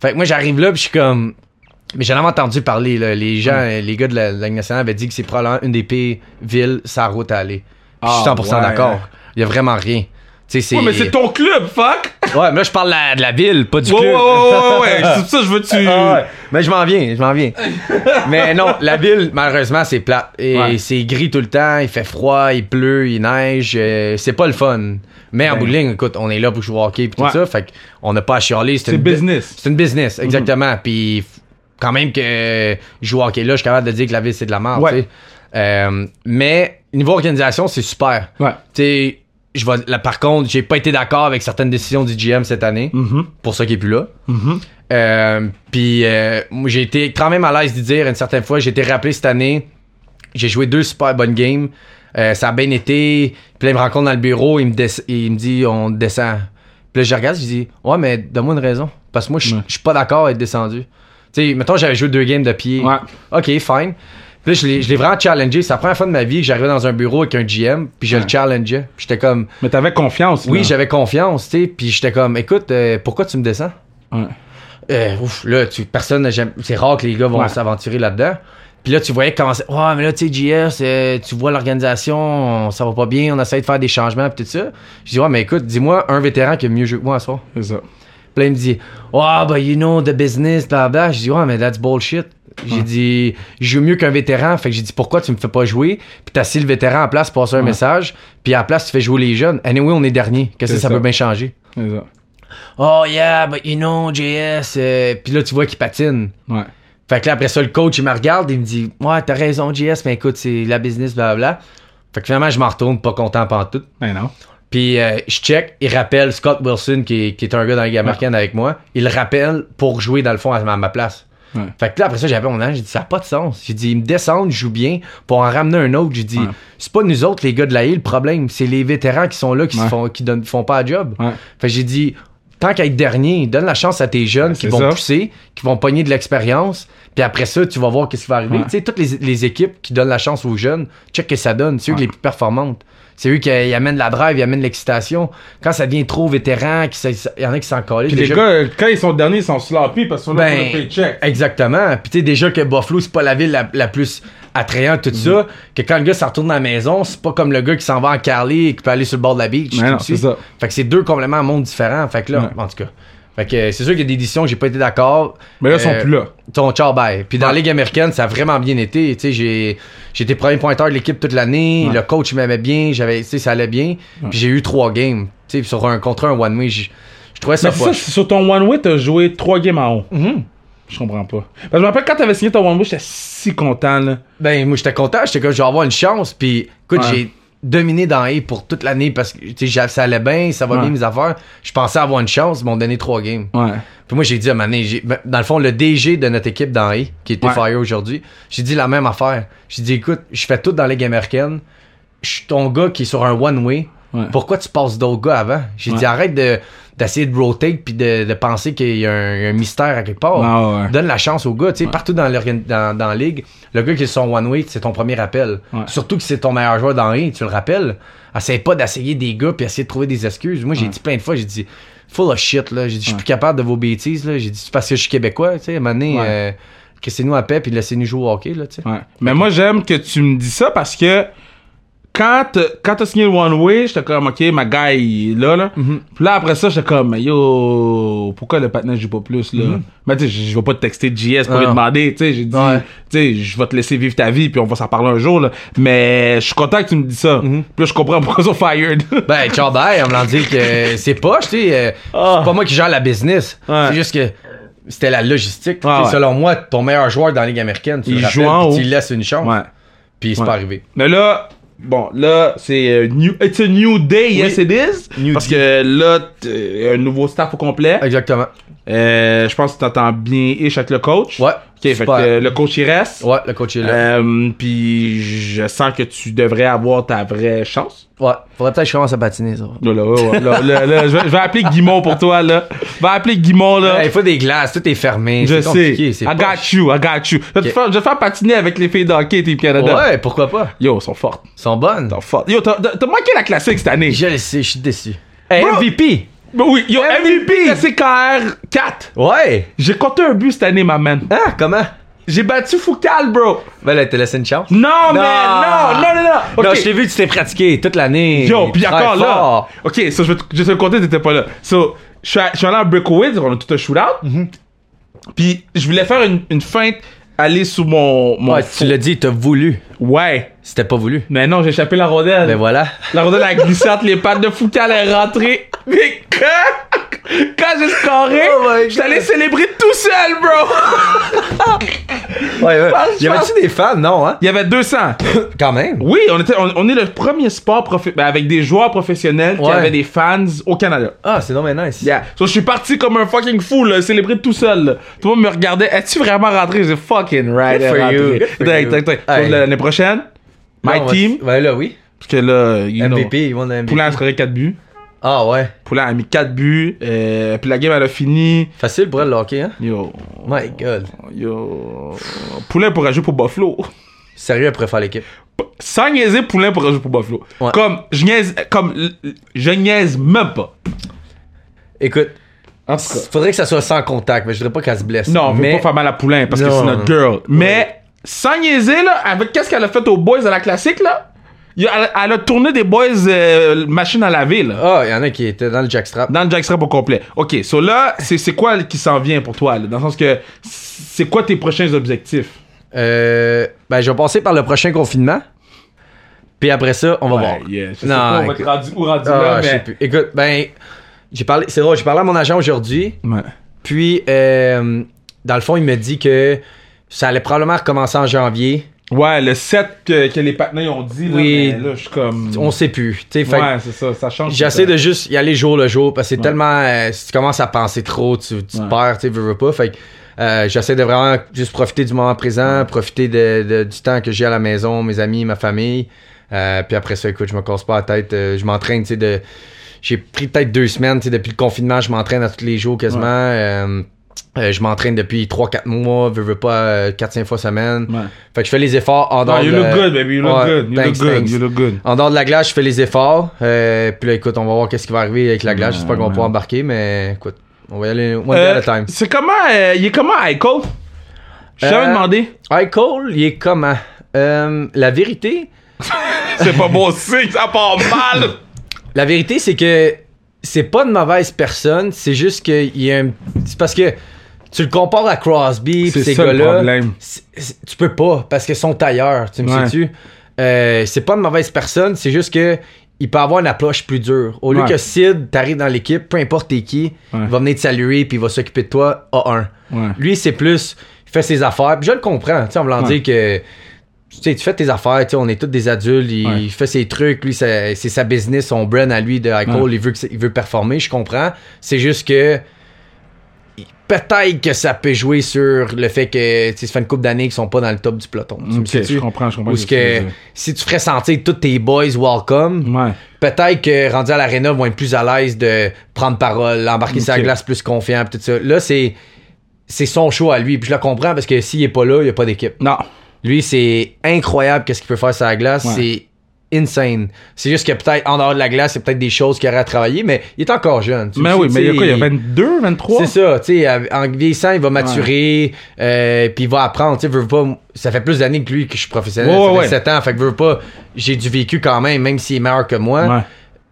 Speaker 2: Fait que moi, j'arrive là, puis je suis comme. Mais j'en avais entendu parler, là, les gens, les gars de la, de la Ligue nationale avaient dit que c'est probablement une des pires villes sa route à aller. Puis je suis
Speaker 1: Ah,
Speaker 2: 100%
Speaker 1: ouais.
Speaker 2: d'accord. Il n'y a vraiment rien. Tu sais, c'est.
Speaker 1: Ouais, mais c'est ton club, fuck.
Speaker 2: Ouais, mais là, je parle de la, de la ville, pas du
Speaker 1: Ouais, ouais,
Speaker 2: club.
Speaker 1: ouais, ouais, ouais. C'est ça, je veux que tu.
Speaker 2: Ah ouais. Mais je m'en viens, je m'en viens. mais non, la ville, malheureusement, c'est plate. Et
Speaker 1: Ouais.
Speaker 2: c'est gris tout le temps, il fait froid, il pleut, il neige. euh, c'est pas le fun. Mais en
Speaker 1: Ben.
Speaker 2: bout de ligne, écoute, on est là pour jouer au hockey et tout
Speaker 1: Ouais.
Speaker 2: ça. Fait qu'on n'a pas à chialer.
Speaker 1: C'est
Speaker 2: une bu-
Speaker 1: business. Mhm.
Speaker 2: C'est une business, exactement. Puis f- quand même que je joue au hockey là, je suis capable de dire que la ville, c'est de la merde.
Speaker 1: Ouais.
Speaker 2: tu sais. Euh, mais niveau organisation, c'est super.
Speaker 1: Ouais.
Speaker 2: Tu sais, je vais- là, par contre, j'ai pas été d'accord avec certaines décisions du GM cette année.
Speaker 1: Mm-hmm.
Speaker 2: Pour ça qui est plus là. Euh, Puis euh, moi, j'ai été quand même à l'aise de dire une certaine fois, j'ai été rappelé cette année. J'ai joué deux super bonnes games. Euh, ça a bien été. Puis là, il me rencontre dans le bureau, il me, dess- il me dit on descend. Puis là, je regarde, je dis ouais, mais donne-moi une raison. Parce que moi, je
Speaker 1: Ouais.
Speaker 2: je suis pas d'accord à être descendu. Tu sais, mettons, j'avais joué deux games de pied.
Speaker 1: Ouais.
Speaker 2: OK, fine. Puis là, je l'ai- je l'ai vraiment challengé. C'est la première fois de ma vie que j'arrivais dans un bureau avec un GM, puis je le challengeais. Puis j'étais comme,
Speaker 1: Mais t'avais confiance.
Speaker 2: oui,
Speaker 1: là.
Speaker 2: j'avais confiance, tu sais. Puis j'étais comme, écoute, euh, pourquoi tu me descends?
Speaker 1: Ouais.
Speaker 2: Euh, ouf, là, tu, personne, n'a jamais- c'est rare que les gars vont
Speaker 1: Ouais.
Speaker 2: s'aventurer là-dedans. Puis là, tu voyais comment c'est- Ouais, mais là, tu sais, JS, euh, tu vois l'organisation, on- ça va pas bien, on essaie de faire des changements, pis tout ça. Je dis, ouais, mais écoute, dis-moi un vétéran qui a mieux joué que moi à soir.
Speaker 1: C'est ça.
Speaker 2: Puis Puis là, il me dit, oh, but you know the business, bla bla. Je dis, ouais, mais that's bullshit. J'ai dit, je joue mieux qu'un vétéran. Fait que j'ai dit, pourquoi tu me fais pas jouer? Puis t'as assis le vétéran en place, passer un message. Puis à la place, tu fais jouer les jeunes. Anyway, on est dernier. Qu'est-ce que
Speaker 1: C'est
Speaker 2: ça,
Speaker 1: ça.
Speaker 2: peut bien changer?
Speaker 1: C'est ça.
Speaker 2: Oh yeah, but you know, JS. euh, Puis là, tu vois qu'il patine.
Speaker 1: Ouais.
Speaker 2: Fait que là, après ça, le coach, il me regarde, il me dit, ouais, t'as raison, JS, mais écoute, c'est la business, bla bla. Fait que finalement, je m'en retourne, pas content, pas en tout.
Speaker 1: Ben non.
Speaker 2: Puis euh, je check, il rappelle Scott Wilson, qui est, qui est un gars dans la Ligue américaine avec moi. Il le rappelle pour jouer, dans le fond, à ma, à ma place.
Speaker 1: Ouais.
Speaker 2: Fait que là, après ça, j'appelle mon ange, j'ai dit, ça n'a pas de sens. J'ai dit, ils me descendent, je joue bien, pour en ramener un autre. J'ai dit,
Speaker 1: Ouais.
Speaker 2: c'est pas nous autres, les gars de la île, le problème. C'est les vétérans qui sont là, qui, se
Speaker 1: Ouais.
Speaker 2: font, qui donnent, font pas la job.
Speaker 1: Ouais.
Speaker 2: Fait que j'ai dit, tant qu'à être dernier, donne la chance à tes jeunes qui
Speaker 1: c'est
Speaker 2: vont
Speaker 1: ça.
Speaker 2: pousser, qui vont pogner de l'expérience, puis après ça, tu vas voir qu'est-ce qui va arriver.
Speaker 1: Ouais.
Speaker 2: Tu sais, toutes les, les équipes qui donnent la chance aux jeunes, check que ça donne. C'est eux
Speaker 1: Ouais.
Speaker 2: les plus performantes. C'est eux qui euh, ils amènent la drive, ils amènent l'excitation. Quand ça devient trop vétéran, qu'il s- il y en a qui s'en calent.
Speaker 1: Puis les gars, euh, quand ils sont derniers, ils sont sloppy parce qu'ils sont là
Speaker 2: Ben,
Speaker 1: pour le paycheck.
Speaker 2: Exactement. Puis tu sais déjà que Buffalo c'est pas la ville la, la plus attrayante tout
Speaker 1: Mm-hmm.
Speaker 2: ça, que quand le gars s'en retourne à la maison, c'est pas comme le gars qui s'en va en Cali et qui peut aller sur le bord de la beach.
Speaker 1: Ben
Speaker 2: tout
Speaker 1: non,
Speaker 2: de suite.
Speaker 1: c'est ça.
Speaker 2: Fait que c'est deux complètement mondes différents. Fait que là,
Speaker 1: Ouais.
Speaker 2: en tout cas. Fait que euh, c'est sûr qu'il y a des éditions que j'ai pas été d'accord.
Speaker 1: Mais là, ils sont
Speaker 2: Euh,
Speaker 1: plus là.
Speaker 2: Ton ciao bye. Puis dans la
Speaker 1: Ouais.
Speaker 2: Ligue américaine, ça a vraiment bien été. Tu sais, j'ai j'ai été premier pointeur de l'équipe toute l'année.
Speaker 1: Ouais.
Speaker 2: Le coach m'aimait bien. J'avais, tu sais, ça allait bien. Puis j'ai eu trois games. Tu sais, sur un contre un one way, je je trouvais ça
Speaker 1: Mais c'est ça,
Speaker 2: poche.
Speaker 1: c'est sur ton one way, t'as joué trois games en haut.
Speaker 2: Mhm.
Speaker 1: Je comprends pas. Parce que je me rappelle quand t'avais signé ton one way, j'étais si content là.
Speaker 2: Ben, moi, j'étais content. J'étais comme, je vais avoir une chance. Puis, écoute,
Speaker 1: Ouais.
Speaker 2: j'ai dominé dans A pour toute l'année parce que, tu sais, ça allait bien, ça va
Speaker 1: Ouais.
Speaker 2: bien, mes affaires. Je pensais avoir une chance. Ils m'ont donné trois games.
Speaker 1: Ouais.
Speaker 2: Puis moi, j'ai dit à Mané, j'ai- ben, dans le fond, le DG de notre équipe dans E, qui était
Speaker 1: Ouais.
Speaker 2: Fire aujourd'hui, j'ai dit la même affaire. J'ai dit, écoute, je fais tout dans la Ligue américaine. Je suis ton gars qui est sur un one-way.
Speaker 1: Ouais.
Speaker 2: Pourquoi tu passes d'autres gars avant? J'ai
Speaker 1: Ouais.
Speaker 2: dit, arrête de- d'essayer de, rotate puis de, de penser qu'il y a un, un mystère à quelque part.
Speaker 1: Ah ouais.
Speaker 2: Donne la chance au gars. Tu sais, Partout dans, l'organ- dans, dans la ligue, le gars qui est sur son one-way, c'est ton premier appel.
Speaker 1: Ouais.
Speaker 2: Surtout que c'est ton meilleur joueur dans E, tu le rappelles. Essaye pas d'essayer des gars puis essayer de trouver des excuses. Moi, j'ai dit plein de fois, j'ai dit full of shit, là. J'ai dit, je suis plus capable de vos bêtises, là. J'ai dit, c'est parce que je suis québécois, tu sais. À un moment donné,
Speaker 1: Ouais.
Speaker 2: euh, crissez-nous à paix puis laissez-nous jouer au hockey, là, tu sais.
Speaker 1: Ouais. Mais moi, j'aime que tu me dis ça parce que quand, t'as- quand t'as signé le One Way, j'étais comme, OK, ma guy, il est là, là.
Speaker 2: Mm-hmm.
Speaker 1: Puis là, après ça, j'étais comme, yo, pourquoi le patinage joue pas plus, là? Mais tu sais, je je vais pas te texter JS pour
Speaker 2: Mm-hmm. Ah
Speaker 1: lui
Speaker 2: non.
Speaker 1: demander, tu sais, j'ai dit,
Speaker 2: Ouais.
Speaker 1: tu sais, je vais te laisser vivre ta vie, puis on va s'en parler un jour, là. Mais je suis content que tu me dis ça. Puis là, je comprends pourquoi ils sont fired.
Speaker 2: Mm-hmm. Ben, ciao, bye. On me l'a dit que c'est pas, tu sais. euh,
Speaker 1: Ah.
Speaker 2: C'est pas moi qui gère la business.
Speaker 1: Ouais.
Speaker 2: C'est juste que c'était la logistique.
Speaker 1: Ouais,
Speaker 2: Tu sais,
Speaker 1: ouais.
Speaker 2: Selon moi, ton meilleur joueur dans la Ligue américaine, tu
Speaker 1: Il
Speaker 2: le
Speaker 1: joue
Speaker 2: rappelles,
Speaker 1: en
Speaker 2: puis
Speaker 1: haut.
Speaker 2: tu lui laisses une chance.
Speaker 1: ouais.
Speaker 2: Puis c'est
Speaker 1: Ouais.
Speaker 2: pas arrivé.
Speaker 1: Mais là, bon, là, c'est euh, new, it's a new day, yes it is.
Speaker 2: New
Speaker 1: parce que là, t'es- un nouveau staff au complet.
Speaker 2: Exactement.
Speaker 1: Euh, je pense que t'entends bien ish avec le coach.
Speaker 2: Ouais.
Speaker 1: Ok, fait que
Speaker 2: Super.
Speaker 1: euh, le coach il reste.
Speaker 2: Ouais, le coach est là.
Speaker 1: Euh, puis je sens que tu devrais avoir ta vraie chance.
Speaker 2: Ouais. Faudrait peut-être que je commence à patiner, ça.
Speaker 1: Là, là, ouais, ouais, là, là, là, je, vais, je vais appeler Guimond pour toi, là. Je vais appeler Guimond, là.
Speaker 2: Ouais, Il faut des glaces, tout est fermé.
Speaker 1: je
Speaker 2: c'est
Speaker 1: sais.
Speaker 2: compliqué,
Speaker 1: I
Speaker 2: c'est
Speaker 1: got
Speaker 2: poche.
Speaker 1: you, I got you. Je vais, te
Speaker 2: Ok.
Speaker 1: faire, je vais te faire patiner avec les filles d'hockey, Team Canada.
Speaker 2: Ouais, pourquoi pas?
Speaker 1: Yo, elles sont fortes.
Speaker 2: Ils sont bonnes.
Speaker 1: Elles sont fortes. Yo, t'as, t'as- t'as manqué la classique cette année.
Speaker 2: Je le sais, je suis déçu.
Speaker 1: Bro.
Speaker 2: MVP!
Speaker 1: Ben oui, yo, MVP,
Speaker 2: MVP.
Speaker 1: classique KR4.
Speaker 2: Ouais!
Speaker 1: J'ai compté un but cette année, ma man.
Speaker 2: Hein? Comment?
Speaker 1: J'ai battu Foucal, bro.
Speaker 2: Ben là, t'as laissé une chance.
Speaker 1: Non, mais non,
Speaker 2: Non.
Speaker 1: non, non, non. Ok.
Speaker 2: Non, je t'ai vu, tu t'es pratiqué toute l'année.
Speaker 1: Yo, puis
Speaker 2: Très
Speaker 1: encore là.
Speaker 2: fort.
Speaker 1: Ok, so, je vais te, je vais te le compter, t'étais pas là. So, je suis à- je suis allé à Breakaway, on a tout un shootout.
Speaker 2: Mm-hmm.
Speaker 1: Puis, je voulais faire une, une feinte, aller sous mon. mon
Speaker 2: Ouais,
Speaker 1: fou-
Speaker 2: tu l'as dit, t'as voulu.
Speaker 1: Ouais.
Speaker 2: C'était pas voulu.
Speaker 1: Mais non, j'ai échappé la rondelle.
Speaker 2: Ben voilà.
Speaker 1: La rondelle a glissé entre les pattes de Foucal, elle est rentrée. Mais quand, quand j'ai scoré,
Speaker 2: Oh my
Speaker 1: j'étais allé
Speaker 2: God.
Speaker 1: célébrer tout seul, bro.
Speaker 2: Ouais, ouais.
Speaker 1: Parce-
Speaker 2: Y avait-tu des fans? Non, hein?
Speaker 1: Il y avait 200.
Speaker 2: Quand même.
Speaker 1: Oui, on, était, on, on est le premier sport profi- ben, avec des joueurs professionnels qui
Speaker 2: Ouais.
Speaker 1: avaient des fans au Canada.
Speaker 2: Ah, c'est non, mais nice.
Speaker 1: Yeah. So, je suis parti comme un fucking fou, là, célébrer tout seul. là. Tout le monde me regardait. Es-tu vraiment rentré? J'ai dit, fucking right. elle
Speaker 2: Good
Speaker 1: est
Speaker 2: for
Speaker 1: rentrée.
Speaker 2: you, good for
Speaker 1: Tac,
Speaker 2: you.
Speaker 1: tac, tac.
Speaker 2: Hey.
Speaker 1: So, L'année prochaine,
Speaker 2: Non,
Speaker 1: my
Speaker 2: on va-
Speaker 1: team.
Speaker 2: Ben là, oui.
Speaker 1: Parce que là, you know,
Speaker 2: MVP, ils vont le MVP.
Speaker 1: Poulain a scoré 4 buts.
Speaker 2: Ah, ouais.
Speaker 1: Poulain a mis 4 buts. euh, puis la game, elle a fini.
Speaker 2: Facile pour elle, le hockey, hein?
Speaker 1: Yo.
Speaker 2: My god.
Speaker 1: Yo. Poulain pourrait jouer pour Buffalo.
Speaker 2: Sérieux, elle pourrait faire l'équipe.
Speaker 1: Sans niaiser, Poulain pourrait jouer pour Buffalo.
Speaker 2: Ouais.
Speaker 1: Comme, je niaise, comme, l- l- je niaise même pas.
Speaker 2: Écoute,
Speaker 1: En tout cas.
Speaker 2: faudrait que ça soit sans contact, mais je voudrais pas qu'elle se blesse.
Speaker 1: Non, on veut
Speaker 2: mais...
Speaker 1: pas faire mal à Poulain parce que
Speaker 2: Non.
Speaker 1: c'est notre girl. Mais sans niaiser, là, avec qu'est-ce qu'elle a fait aux boys à la classique, là, Il a- Elle, a tourné des boys euh, machine à laver, là.
Speaker 2: Ah, il y en a qui étaient dans le jackstrap.
Speaker 1: Dans le jackstrap au complet. OK, so là, c'est c'est quoi qui s'en vient pour toi, là? Dans le sens que, c'est quoi tes prochains objectifs?
Speaker 2: Euh, ben, je vais passer par le prochain confinement. Puis après ça, on va voir.
Speaker 1: yeah, je sais
Speaker 2: Non,
Speaker 1: pas, on va
Speaker 2: écoute.
Speaker 1: être rendu ou rendu
Speaker 2: Ah,
Speaker 1: là,
Speaker 2: je sais
Speaker 1: mais...
Speaker 2: plus. Écoute, ben, j'ai parlé, c'est drôle, j'ai parlé à mon agent aujourd'hui.
Speaker 1: Ouais.
Speaker 2: Puis, euh, dans le fond, il me dit que ça allait probablement recommencer en janvier.
Speaker 1: Ouais, le set que, que les partenaires ont dit, là,
Speaker 2: Oui.
Speaker 1: mais là, je suis comme...
Speaker 2: On sait plus. tu sais, fait que
Speaker 1: Ouais, c'est ça, ça change.
Speaker 2: J'essaie
Speaker 1: tout
Speaker 2: de juste y aller jour le jour parce que c'est
Speaker 1: Ouais.
Speaker 2: tellement. euh, si tu commences à penser trop, tu, tu te
Speaker 1: Ouais.
Speaker 2: perds, tu sais, veux, veux pas. Fait que euh, j'essaie de vraiment juste profiter du moment présent, profiter de, de- du temps que j'ai à la maison, mes amis, ma famille. Euh, puis après ça, écoute, je me casse pas la tête. euh, je m'entraîne, tu sais, de. J'ai pris peut-être deux semaines, tu sais, depuis le confinement, je m'entraîne à tous les jours quasiment. Euh, euh, je m'entraîne depuis 3-4 mois, veux, veux pas, 4-5 fois semaine.
Speaker 1: ça. Ouais.
Speaker 2: Fait que je fais les efforts en dehors
Speaker 1: Non, you
Speaker 2: de-
Speaker 1: look good, baby, you look
Speaker 2: Ouais,
Speaker 1: good, you look
Speaker 2: thanks,
Speaker 1: good,
Speaker 2: thanks.
Speaker 1: you look good.
Speaker 2: En dehors de la glace, je fais les efforts. Euh, puis là, écoute, on va voir qu'est-ce qui va arriver avec la glace. J'espère qu'on va
Speaker 1: Ouais.
Speaker 2: pouvoir embarquer, mais écoute, on va y aller one
Speaker 1: Euh,
Speaker 2: day at a time.
Speaker 1: c'est comment, euh, il est comment, Michael? Je t'avais
Speaker 2: Euh,
Speaker 1: demandé.
Speaker 2: Hey, Cole, il est comment? Euh, la vérité,
Speaker 1: C'est pas bon signe, ça part mal.
Speaker 2: la vérité, c'est que c'est pas une mauvaise personne. C'est juste qu'il y a un... C'est parce que tu le compares à Crosby, pis ces gars-là. c'est- c'est- tu peux pas parce qu'ils sont ailleurs, tu me
Speaker 1: Ouais.
Speaker 2: sais-tu? Euh, c'est pas une mauvaise personne, c'est juste que il peut avoir une approche plus dure. Au lieu
Speaker 1: Ouais.
Speaker 2: que Sid, t'arrives dans l'équipe, peu importe t'es qui,
Speaker 1: Ouais.
Speaker 2: il va venir te saluer puis il va s'occuper de toi A1.
Speaker 1: Ouais.
Speaker 2: Lui, c'est plus, il fait ses affaires, puis je le comprends, tu sais, en voulant
Speaker 1: Ouais.
Speaker 2: dire que. Tu sais, tu fais tes affaires, tu sais, on est tous des adultes, il,
Speaker 1: Ouais.
Speaker 2: il fait ses trucs, lui, c'est c'est sa business, son brand à lui de high
Speaker 1: Ouais.
Speaker 2: il veut, que c'est- il veut performer, je comprends. C'est juste que peut-être que ça peut jouer sur le fait que tu sais, ça fait une couple d'années qu'ils sont pas dans le top du peloton. Tu me
Speaker 1: Ok,
Speaker 2: suis-tu?
Speaker 1: je comprends, je comprends.
Speaker 2: Ou
Speaker 1: ce
Speaker 2: ce
Speaker 1: que tu veux
Speaker 2: que
Speaker 1: dire.
Speaker 2: si tu ferais sentir tous tes boys welcome,
Speaker 1: Ouais.
Speaker 2: peut-être que rendu à l'aréna vont être plus à l'aise de prendre parole, embarquer sur la
Speaker 1: Ok.
Speaker 2: glace plus confiant, pis tout ça. Là, c'est c'est son choix à lui, puis je le comprends parce que s'il est pas là, il y a pas d'équipe.
Speaker 1: Non.
Speaker 2: Lui, c'est incroyable qu'est-ce qu'il peut faire sur la glace.
Speaker 1: Ouais.
Speaker 2: C'est insane. C'est juste que peut-être en dehors de la glace, c'est peut-être des choses qu'il aurait à travailler, mais il est encore jeune. tu
Speaker 1: Mais
Speaker 2: le sais,
Speaker 1: oui, mais il y a
Speaker 2: tu
Speaker 1: quoi, il y a
Speaker 2: sais,
Speaker 1: 22, 23?
Speaker 2: c'est ça, tu sais, av- en vieillissant, il va maturer, euh, puis il va apprendre, tu sais, veux veux pas, ça fait plus d'années que lui que je suis professionnel,
Speaker 1: Ouais,
Speaker 2: ça
Speaker 1: ouais,
Speaker 2: fait 7 ans, fait que veux veux pas, j'ai du vécu quand même, même s'il est meilleur que moi,
Speaker 1: Ouais.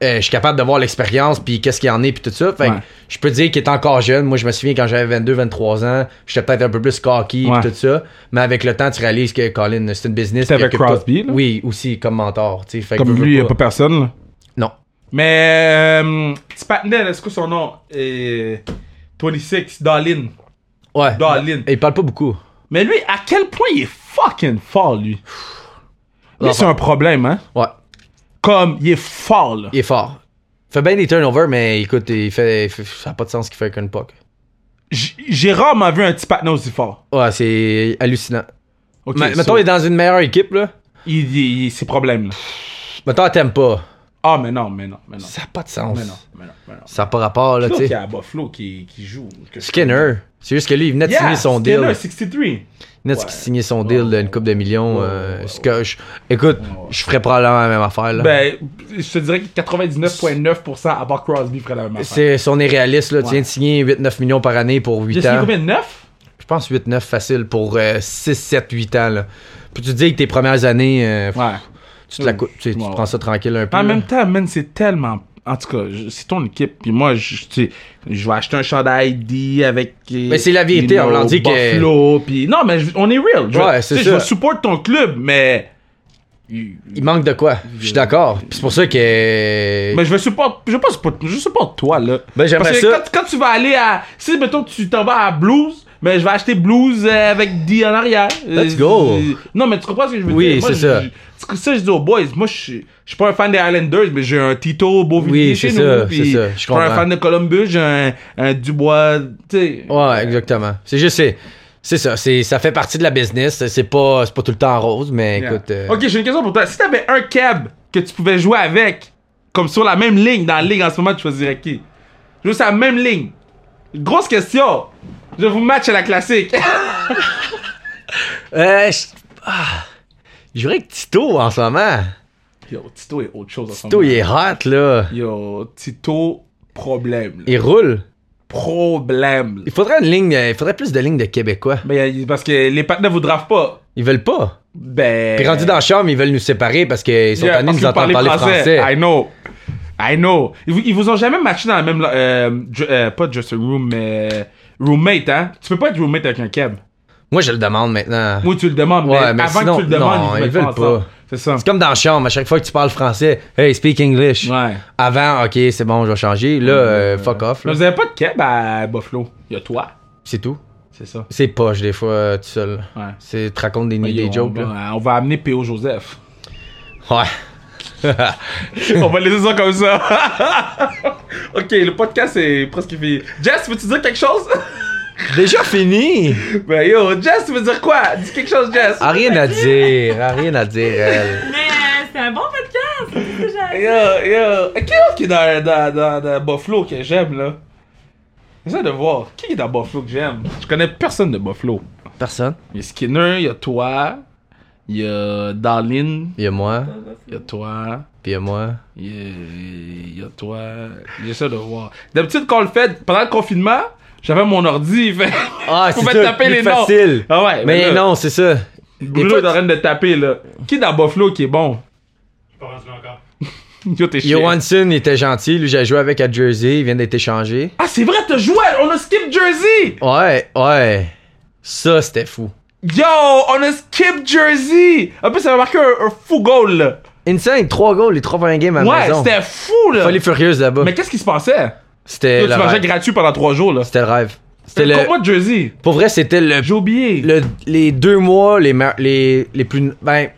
Speaker 2: Euh, je suis capable de voir l'expérience, puis qu'est-ce qu'il en est, puis tout ça, fait que
Speaker 1: Ouais.
Speaker 2: je peux dire qu'il est encore jeune, moi je me souviens quand j'avais 22, 23 ans, j'étais peut-être un peu plus cocky, puis
Speaker 1: Ouais.
Speaker 2: tout ça, mais avec le temps, tu réalises que Colin, c'est une business.
Speaker 1: T'es
Speaker 2: puis
Speaker 1: avec
Speaker 2: que- que-
Speaker 1: Crosby, là?
Speaker 2: Oui, aussi, comme mentor, tu sais, fait que
Speaker 1: Comme
Speaker 2: veux,
Speaker 1: lui, il
Speaker 2: veux
Speaker 1: n'y a pas personne, là.
Speaker 2: Non.
Speaker 1: Mais, euh, petit Patnel, est-ce que son nom est 26, Darlin?
Speaker 2: Ouais,
Speaker 1: Darlin.
Speaker 2: il parle pas beaucoup.
Speaker 1: Mais lui, à quel point il est fucking fort, lui? Lui, c'est un problème, hein?
Speaker 2: Ouais.
Speaker 1: Comme, il est fort, là.
Speaker 2: Il est fort. Fait bien des turnovers, mais écoute, il fait, il fait- ça n'a pas de sens ce qu'il fait avec une puck.
Speaker 1: J- J'ai rarement vu un petit Patnel aussi fort.
Speaker 2: Ouais, c'est hallucinant.
Speaker 1: Ok,
Speaker 2: Mais-
Speaker 1: so,
Speaker 2: mettons, il est dans une meilleure équipe, là.
Speaker 1: il, il- il- ses problèmes, là.
Speaker 2: Mettons, t'aimes pas.
Speaker 1: Ah, mais non, mais non, mais non.
Speaker 2: Ça n'a pas de sens.
Speaker 1: Mais non, mais non, mais non.
Speaker 2: Ça n'a pas rapport, là,
Speaker 1: Flo
Speaker 2: tu
Speaker 1: qui est
Speaker 2: sais.
Speaker 1: à Buffalo qui, qui joue. que je-
Speaker 2: Skinner. C'est juste que lui, il venait de
Speaker 1: Yeah,
Speaker 2: signer son
Speaker 1: Skinner,
Speaker 2: deal.
Speaker 1: 63.
Speaker 2: Il venait de
Speaker 1: Ouais.
Speaker 2: signer son deal d'une coupe de millions.
Speaker 1: Ouais,
Speaker 2: euh,
Speaker 1: ouais,
Speaker 2: ce que je- Écoute, je ferais probablement la même affaire, là.
Speaker 1: Ben, je te dirais que 99,9% à part Crosby ferait la même affaire.
Speaker 2: c'est, si on est réaliste, là, tu
Speaker 1: Ouais.
Speaker 2: viens de signer 8-9 millions par année pour 8
Speaker 1: J'ai
Speaker 2: ans.
Speaker 1: signé combien de 9?
Speaker 2: Je pense 8-9 facile pour euh, 6, 7, 8 ans, là. Puis tu te dis que tes premières années, euh,
Speaker 1: Ouais.
Speaker 2: tu te la cou- tu, sais, tu
Speaker 1: Ouais,
Speaker 2: prends ça tranquille un peu.
Speaker 1: En
Speaker 2: là.
Speaker 1: même temps, man, c'est tellement. En tout cas, je- c'est ton équipe. Puis moi, je, tu sais, je vais acheter un chandail ID avec. euh,
Speaker 2: Mais c'est la vérité, on leur dit que-
Speaker 1: Buffalo, puis- Non, mais je- on est real. Je,
Speaker 2: Ouais,
Speaker 1: tu sais,
Speaker 2: c'est
Speaker 1: Je
Speaker 2: ça.
Speaker 1: vais support ton club, mais. Mais
Speaker 2: Il manque de quoi. Je suis d'accord. Puis c'est pour ça que.
Speaker 1: je vais support. Je vais pas support. Je supporte toi, là.
Speaker 2: Ben, j'aimerais
Speaker 1: Ben, Parce que
Speaker 2: ça.
Speaker 1: quand, quand tu vas aller à. Si, mettons, tu t'en vas à Blues, mais je vais acheter Blues euh, avec D en arrière. Euh,
Speaker 2: Let's go.
Speaker 1: euh, Non, mais tu comprends ce que je veux
Speaker 2: Oui,
Speaker 1: dire? Moi,
Speaker 2: c'est
Speaker 1: je-
Speaker 2: ça.
Speaker 1: je- C'est que ça, je dis aux boys. Moi, je suis je suis pas un fan des Islanders, mais j'ai un Tito Beauvillier
Speaker 2: Oui,
Speaker 1: chez
Speaker 2: c'est
Speaker 1: nous.
Speaker 2: ça,
Speaker 1: puis
Speaker 2: c'est ça, je
Speaker 1: Je suis pas un
Speaker 2: comprends.
Speaker 1: fan de Columbus, j'ai un, un Dubois. Tu sais.
Speaker 2: Ouais, exactement. C'est juste. C'est, c'est ça. C'est, ça fait partie de la business. C'est pas, c'est pas tout le temps rose, mais
Speaker 1: Yeah.
Speaker 2: écoute. euh,
Speaker 1: Ok, j'ai une question pour toi. Si t'avais un cab que tu pouvais jouer avec, comme sur la même ligne, dans la ligne en ce moment, tu choisirais qui Jouer sur la même ligne. Grosse question. Je vous match à la classique.
Speaker 2: euh, je- ah, je dirais que Tito, en ce moment.
Speaker 1: Yo, Tito est autre chose en ce
Speaker 2: Tito,
Speaker 1: moment.
Speaker 2: il est hot, là.
Speaker 1: Yo, Tito, problème. là.
Speaker 2: Il roule.
Speaker 1: problème.
Speaker 2: Il faudrait une ligne, euh, il faudrait plus de lignes de Québécois.
Speaker 1: Ben, y a- parce que les partenaires vous draftent pas.
Speaker 2: Ils veulent pas.
Speaker 1: Ben.
Speaker 2: Puis rendus dans la chambre, ils veulent nous séparer parce qu'ils sont
Speaker 1: Yeah,
Speaker 2: tannés
Speaker 1: parce
Speaker 2: de
Speaker 1: que
Speaker 2: nous
Speaker 1: vous parlez
Speaker 2: entendre parler français.
Speaker 1: I know. I know. Ils vous, ils vous ont jamais matché dans la même. Euh, ju- euh, pas just a room, mais. euh, Roommate, hein? Tu peux pas être roommate avec un cab.
Speaker 2: Moi, je le demande maintenant.
Speaker 1: Moi, tu le demandes, mais,
Speaker 2: Ouais, mais
Speaker 1: avant
Speaker 2: sinon,
Speaker 1: que tu le demandes,
Speaker 2: non,
Speaker 1: ils,
Speaker 2: ils
Speaker 1: veulent
Speaker 2: veulent
Speaker 1: ensemble.
Speaker 2: pas.
Speaker 1: C'est ça.
Speaker 2: C'est comme dans la chambre, à chaque fois que tu parles français, hey, speak English.
Speaker 1: Ouais.
Speaker 2: Avant, ok, c'est bon, je vais changer. Là, euh, fuck off.
Speaker 1: Mais
Speaker 2: là.
Speaker 1: vous avez pas de cab à Buffalo. Il y a toi.
Speaker 2: C'est tout.
Speaker 1: C'est ça.
Speaker 2: C'est poche, des fois, euh, tout seul.
Speaker 1: Ouais.
Speaker 2: C'est, te raconte des nuits,
Speaker 1: Yo,
Speaker 2: des jokes,
Speaker 1: on,
Speaker 2: là.
Speaker 1: va, on va amener P.O. Joseph.
Speaker 2: Ouais.
Speaker 1: on va laisser ça comme ça. ok, le podcast est presque fini. Jess, veux-tu dire quelque chose?
Speaker 2: Déjà fini!
Speaker 1: ben yo, Jess, tu veux dire quoi? Dis quelque chose, Jess.
Speaker 2: A Ah, rien à dire, a rien à dire, elle.
Speaker 3: Mais euh, c'est un bon podcast! c'est ce que j'ai à dire.
Speaker 1: Yo, yo. Eh, Qui est-ce qui est dans, dans, dans, dans Buffalo que j'aime, là? J'essaie de voir. Qui est dans Buffalo que j'aime? Je connais personne de Buffalo.
Speaker 2: Personne.
Speaker 1: Il y a Skinner, il y a toi, il y a Darlene,
Speaker 2: Il y a moi,
Speaker 1: il y a toi,
Speaker 2: puis il y a moi.
Speaker 1: il y a, il y a toi. J'essaie de voir. D'habitude, quand on le fait, pendant le confinement, j'avais mon ordi. Fait...
Speaker 2: Ah,
Speaker 1: Faut
Speaker 2: c'est
Speaker 1: pas
Speaker 2: ça,
Speaker 1: taper
Speaker 2: plus
Speaker 1: les noms.
Speaker 2: facile.
Speaker 1: Ah ouais, là,
Speaker 2: Mais non, c'est ça. Des
Speaker 1: Bruno
Speaker 2: fois,
Speaker 1: est en train de taper, là. Qui est dans Buffalo qui est bon?
Speaker 4: pas rendu là encore.
Speaker 1: Yo, t'es chiant.
Speaker 2: Johansson, il était gentil. Lui, j'ai joué avec à Jersey. Il vient d'être échangé.
Speaker 1: Ah, c'est vrai, t'as joué! On a skip Jersey!
Speaker 2: Ouais, ouais. Ça, c'était fou.
Speaker 1: Yo, on a skip Jersey! En plus, ça m'a marqué un, un fou goal, là.
Speaker 2: Insane, 3 goals, les 3 premiers games à la
Speaker 1: Ouais,
Speaker 2: maison.
Speaker 1: c'était fou, là.
Speaker 2: Folie furieuse là-bas.
Speaker 1: Mais qu'est-ce qui se passait?
Speaker 2: C'était
Speaker 1: Toi,
Speaker 2: le
Speaker 1: tu mangeais
Speaker 2: rêve.
Speaker 1: gratuit pendant trois jours, là.
Speaker 2: C'était le rêve. C'était
Speaker 1: C'était
Speaker 2: le...
Speaker 1: Comment Jersey?
Speaker 2: Pour vrai, c'était le...
Speaker 1: J'ai oublié.
Speaker 2: le- Les deux mois, les, me- les... les plus... Ben...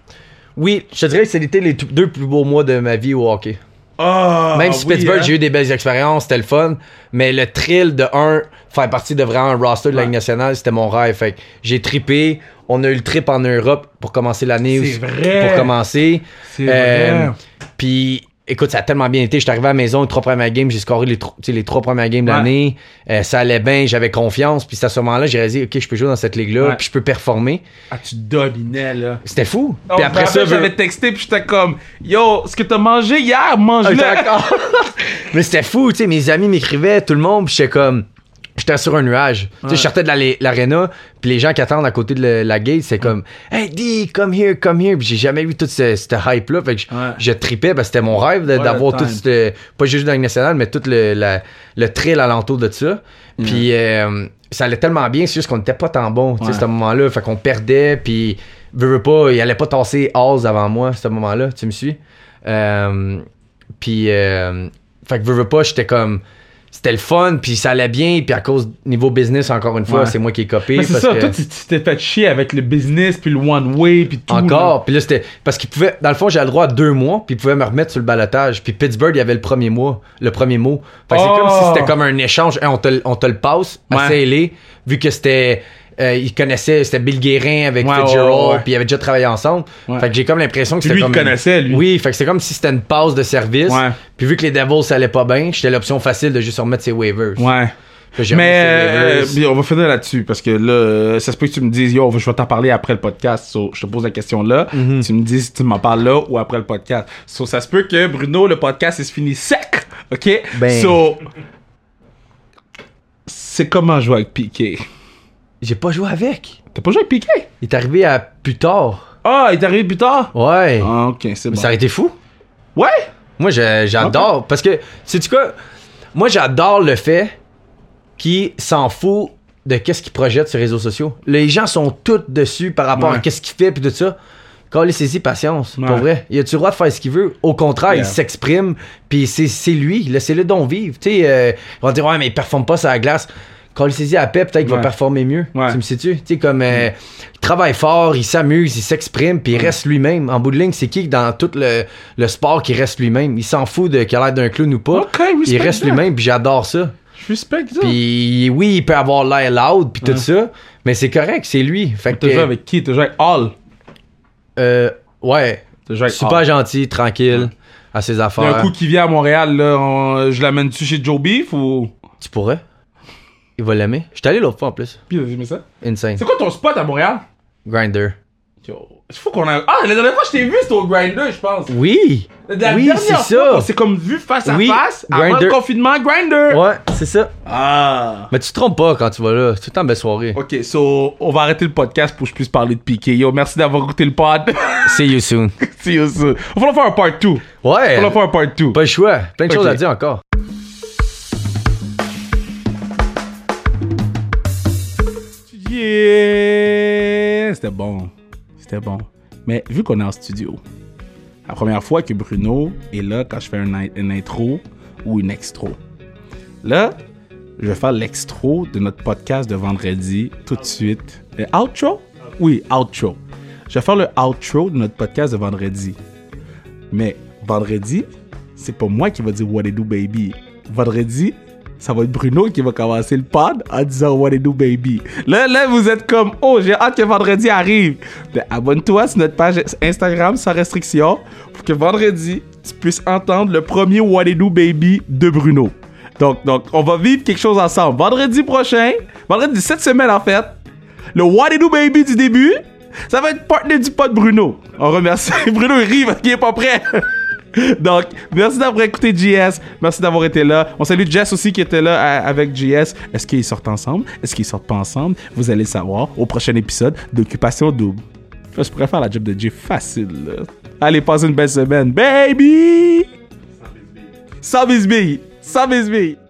Speaker 2: Oui, je te dirais que c'était les t- deux plus beaux mois de ma vie au hockey.
Speaker 1: Ah,
Speaker 2: Même si
Speaker 1: oui,
Speaker 2: Pittsburgh,
Speaker 1: hein.
Speaker 2: j'ai eu des belles expériences, c'était le fun. Mais le thrill de un, faire partie de vraiment un roster de la
Speaker 1: Ouais.
Speaker 2: Ligue nationale, c'était mon rêve. Fait que j'ai trippé. On a eu le trip en Europe pour commencer l'année.
Speaker 1: C'est
Speaker 2: ou-
Speaker 1: vrai.
Speaker 2: Pour commencer.
Speaker 1: C'est
Speaker 2: Euh,
Speaker 1: vrai.
Speaker 2: Puis, écoute, ça a tellement bien été. J'étais arrivé à la maison, les trois premières games, j'ai scoré les, tro- tu sais, les trois premières games de
Speaker 1: Ouais.
Speaker 2: l'année. Euh, ça allait bien, j'avais confiance. Puis, c'est à ce moment-là, j'ai réalisé, OK, je peux jouer dans cette ligue-là,
Speaker 1: Ouais.
Speaker 2: puis je peux performer.
Speaker 1: Ah, tu dominais, là.
Speaker 2: C'était fou.
Speaker 1: Non,
Speaker 2: puis après ça,
Speaker 1: j'avais texté, puis j'étais comme, yo, ce que t'as mangé hier,
Speaker 2: Ah,
Speaker 1: mange-le.
Speaker 2: j'étais d'accord. Mais c'était fou, tu sais, mes amis m'écrivaient, tout le monde, puis j'étais comme. J'étais sur un nuage. Tu sais, je sortais de la- l'aréna, puis les gens qui attendent à côté de la, la gate, c'est comme Hey D, come here, come here. Puis j'ai jamais eu toute ce- cette hype-là. Fait que je,
Speaker 1: Ouais.
Speaker 2: je tripais, parce que c'était mon rêve de-
Speaker 1: Ouais,
Speaker 2: d'avoir
Speaker 1: le
Speaker 2: tout
Speaker 1: time.
Speaker 2: ce. Pas juste dans le national, mais tout le, la- le thrill alentour de ça. Puis euh, ça allait tellement bien, c'est juste qu'on n'était pas tant bon, tu sais,
Speaker 1: Ouais.
Speaker 2: ce moment-là. Fait qu'on perdait, puis veux, veux pas, il allait pas tasser Oz avant moi, ce moment-là, tu me suis. Euh, puis, euh, fait que veux, veux pas, j'étais comme. C'était le fun, puis ça allait bien, puis à cause niveau business, encore une fois,
Speaker 1: Ouais.
Speaker 2: c'est moi qui ai copié.
Speaker 1: Mais c'est
Speaker 2: parce
Speaker 1: ça,
Speaker 2: que-
Speaker 1: toi, tu tu t'es fait chier avec le business, puis le one-way, puis tout.
Speaker 2: encore. Puis là, c'était. Parce qu'il pouvait. Dans le fond, j'avais le droit à deux mois, puis il pouvait me remettre sur le balotage. Puis Pittsburgh, il y avait le premier mois, le premier mot. Fait que c'est
Speaker 1: Oh!
Speaker 2: comme si c'était comme un échange. Hey, on, te, le- on te le passe
Speaker 1: Ouais.
Speaker 2: à CLA, vu que c'était. euh, il connaissait, c'était Bill Guérin avec
Speaker 1: Ouais, ouais, ouais, ouais.
Speaker 2: Fitzgerald, puis ils avaient déjà travaillé ensemble.
Speaker 1: Ouais.
Speaker 2: Fait que j'ai comme l'impression que
Speaker 1: Puis
Speaker 2: c'était
Speaker 1: lui, il
Speaker 2: comme.
Speaker 1: connaissait, lui.
Speaker 2: Oui, fait que c'est comme si c'était une passe de service.
Speaker 1: Ouais.
Speaker 2: Puis vu que les Devils, ça allait pas bien, j'étais l'option facile de juste remettre ses waivers.
Speaker 1: Ouais.
Speaker 2: Fait que j'ai
Speaker 1: Mais
Speaker 2: remis ses
Speaker 1: euh,
Speaker 2: waivers.
Speaker 1: puis on va finir là-dessus parce que là, euh, ça se peut que tu me dises, yo, je vais t'en parler après le podcast. So, je te pose la question là.
Speaker 2: Mhm.
Speaker 1: Tu me dis si tu m'en parles là ou après le podcast. So, ça se peut que Bruno, le podcast, il se finit sec. OK?
Speaker 2: Ben.
Speaker 1: So, c'est comment jouer avec Piqué?
Speaker 2: J'ai pas joué avec.
Speaker 1: T'as pas joué avec Piqué?
Speaker 2: Il est arrivé à plus tard.
Speaker 1: Ah, il est arrivé plus tard?
Speaker 2: Ouais.
Speaker 1: Ah, OK, c'est
Speaker 2: Mais
Speaker 1: bon.
Speaker 2: ça aurait été fou.
Speaker 1: Ouais?
Speaker 2: Moi, je- j'adore. Parce que, sais-tu quoi? Moi, j'adore le fait qu'il s'en fout de qu'est-ce qu'il projette sur les réseaux sociaux. Les gens sont tous dessus par rapport à
Speaker 1: Ouais.
Speaker 2: qu'est-ce qu'il fait puis tout ça. Quand il saisit patience,
Speaker 1: Ouais.
Speaker 2: pour vrai. Il a-tu le droit de faire ce qu'il veut? Au contraire,
Speaker 1: Yeah.
Speaker 2: il s'exprime, puis c'est c'est lui, laissez-le donc vivre. Tu sais, euh, ils vont dire, ouais, mais il performe pas sur la glace. Quand il saisit à paix, peut-être qu'il
Speaker 1: Ouais.
Speaker 2: va performer mieux.
Speaker 1: Ouais.
Speaker 2: Tu me sais-tu? Tu sais, comme, euh, il travaille fort, il s'amuse, il s'exprime, puis il reste lui-même. En bout de ligne, c'est qui dans tout le, le sport qui reste lui-même? Il s'en fout de qu'il a l'air d'un clown ou pas.
Speaker 1: Ok, respect
Speaker 2: il reste
Speaker 1: that.
Speaker 2: lui-même, puis j'adore ça.
Speaker 1: Je respecte ça.
Speaker 2: Puis oui, il peut avoir l'air loud, puis tout ça, mais c'est correct, c'est lui. Fait que,
Speaker 1: T'as joué avec qui? T'as joué avec Hall.
Speaker 2: euh, ouais,
Speaker 1: T'as joué avec
Speaker 2: super
Speaker 1: Hall.
Speaker 2: gentil, tranquille, à ses affaires.
Speaker 1: D'un coup qui vient à Montréal, là, on- je l'amène-tu chez Joe Beef ou.
Speaker 2: Tu pourrais? Il va l'aimer. J'étais allé l'autre fois en plus.
Speaker 1: Puis, il a dit, mais ça?
Speaker 2: Insane.
Speaker 1: C'est quoi ton spot à Montréal?
Speaker 2: Grinder.
Speaker 1: Yo. Faut qu'on a... Ah, la dernière fois, je t'ai vu, c'était au Grinder, je pense.
Speaker 4: Oui!
Speaker 1: La
Speaker 4: oui,
Speaker 1: dernière
Speaker 4: c'est
Speaker 1: fois
Speaker 4: ça!
Speaker 1: qu'on s'est comme vu face à
Speaker 4: Oui,
Speaker 1: face avant le
Speaker 4: Grindr.
Speaker 1: confinement, Grinder.
Speaker 4: Ouais, c'est ça.
Speaker 1: Ah.
Speaker 4: Mais tu te trompes pas quand tu vas là. C'est tout le temps belle soirée.
Speaker 1: Ok, so, on va arrêter le podcast pour que je puisse parler de Piqué. Yo, merci d'avoir goûté le pod.
Speaker 4: See you soon.
Speaker 1: See you soon. On va en faire un part 2.
Speaker 4: Ouais!
Speaker 1: On va en faire un part 2.
Speaker 4: Pas le choix. Plein de
Speaker 1: Ok.
Speaker 4: choses à dire encore.
Speaker 1: Yeah! C'était bon. C'était bon. Mais vu qu'on est en studio, la première fois que Bruno est là quand je fais un in- une intro ou une extro. Là, je vais faire l'extro de notre podcast de vendredi tout de suite. Euh, outro? Oui, outro. Je vais faire le outro de notre podcast de vendredi. Mais vendredi, c'est pas moi qui va dire What it do, baby. Vendredi, ça va être Bruno qui va commencer le pod en disant What it do, baby. Là, là, vous êtes comme Oh, j'ai hâte que vendredi arrive. Ben, Abonne-toi sur notre page Instagram sans restriction pour que vendredi, tu puisses entendre le premier What it do, baby de Bruno. Donc, donc, on va vivre quelque chose ensemble. Vendredi prochain, vendredi cette semaine en fait, le What It Do Baby du début, ça va être partner du pote Bruno. On remercie Bruno, il rit parce qu'il est pas prêt. Donc, merci d'avoir écouté JS. Merci d'avoir été là. On salue Jess aussi qui était là à- avec JS. Est-ce qu'ils sortent ensemble? Est-ce qu'ils sortent pas ensemble? Vous allez le savoir au prochain épisode d'Occupation Double. Là, je pourrais faire la job de J facile. là. Allez, passez une belle semaine. Baby! Sans bisbille. Sans bisbille. Sans bisbille.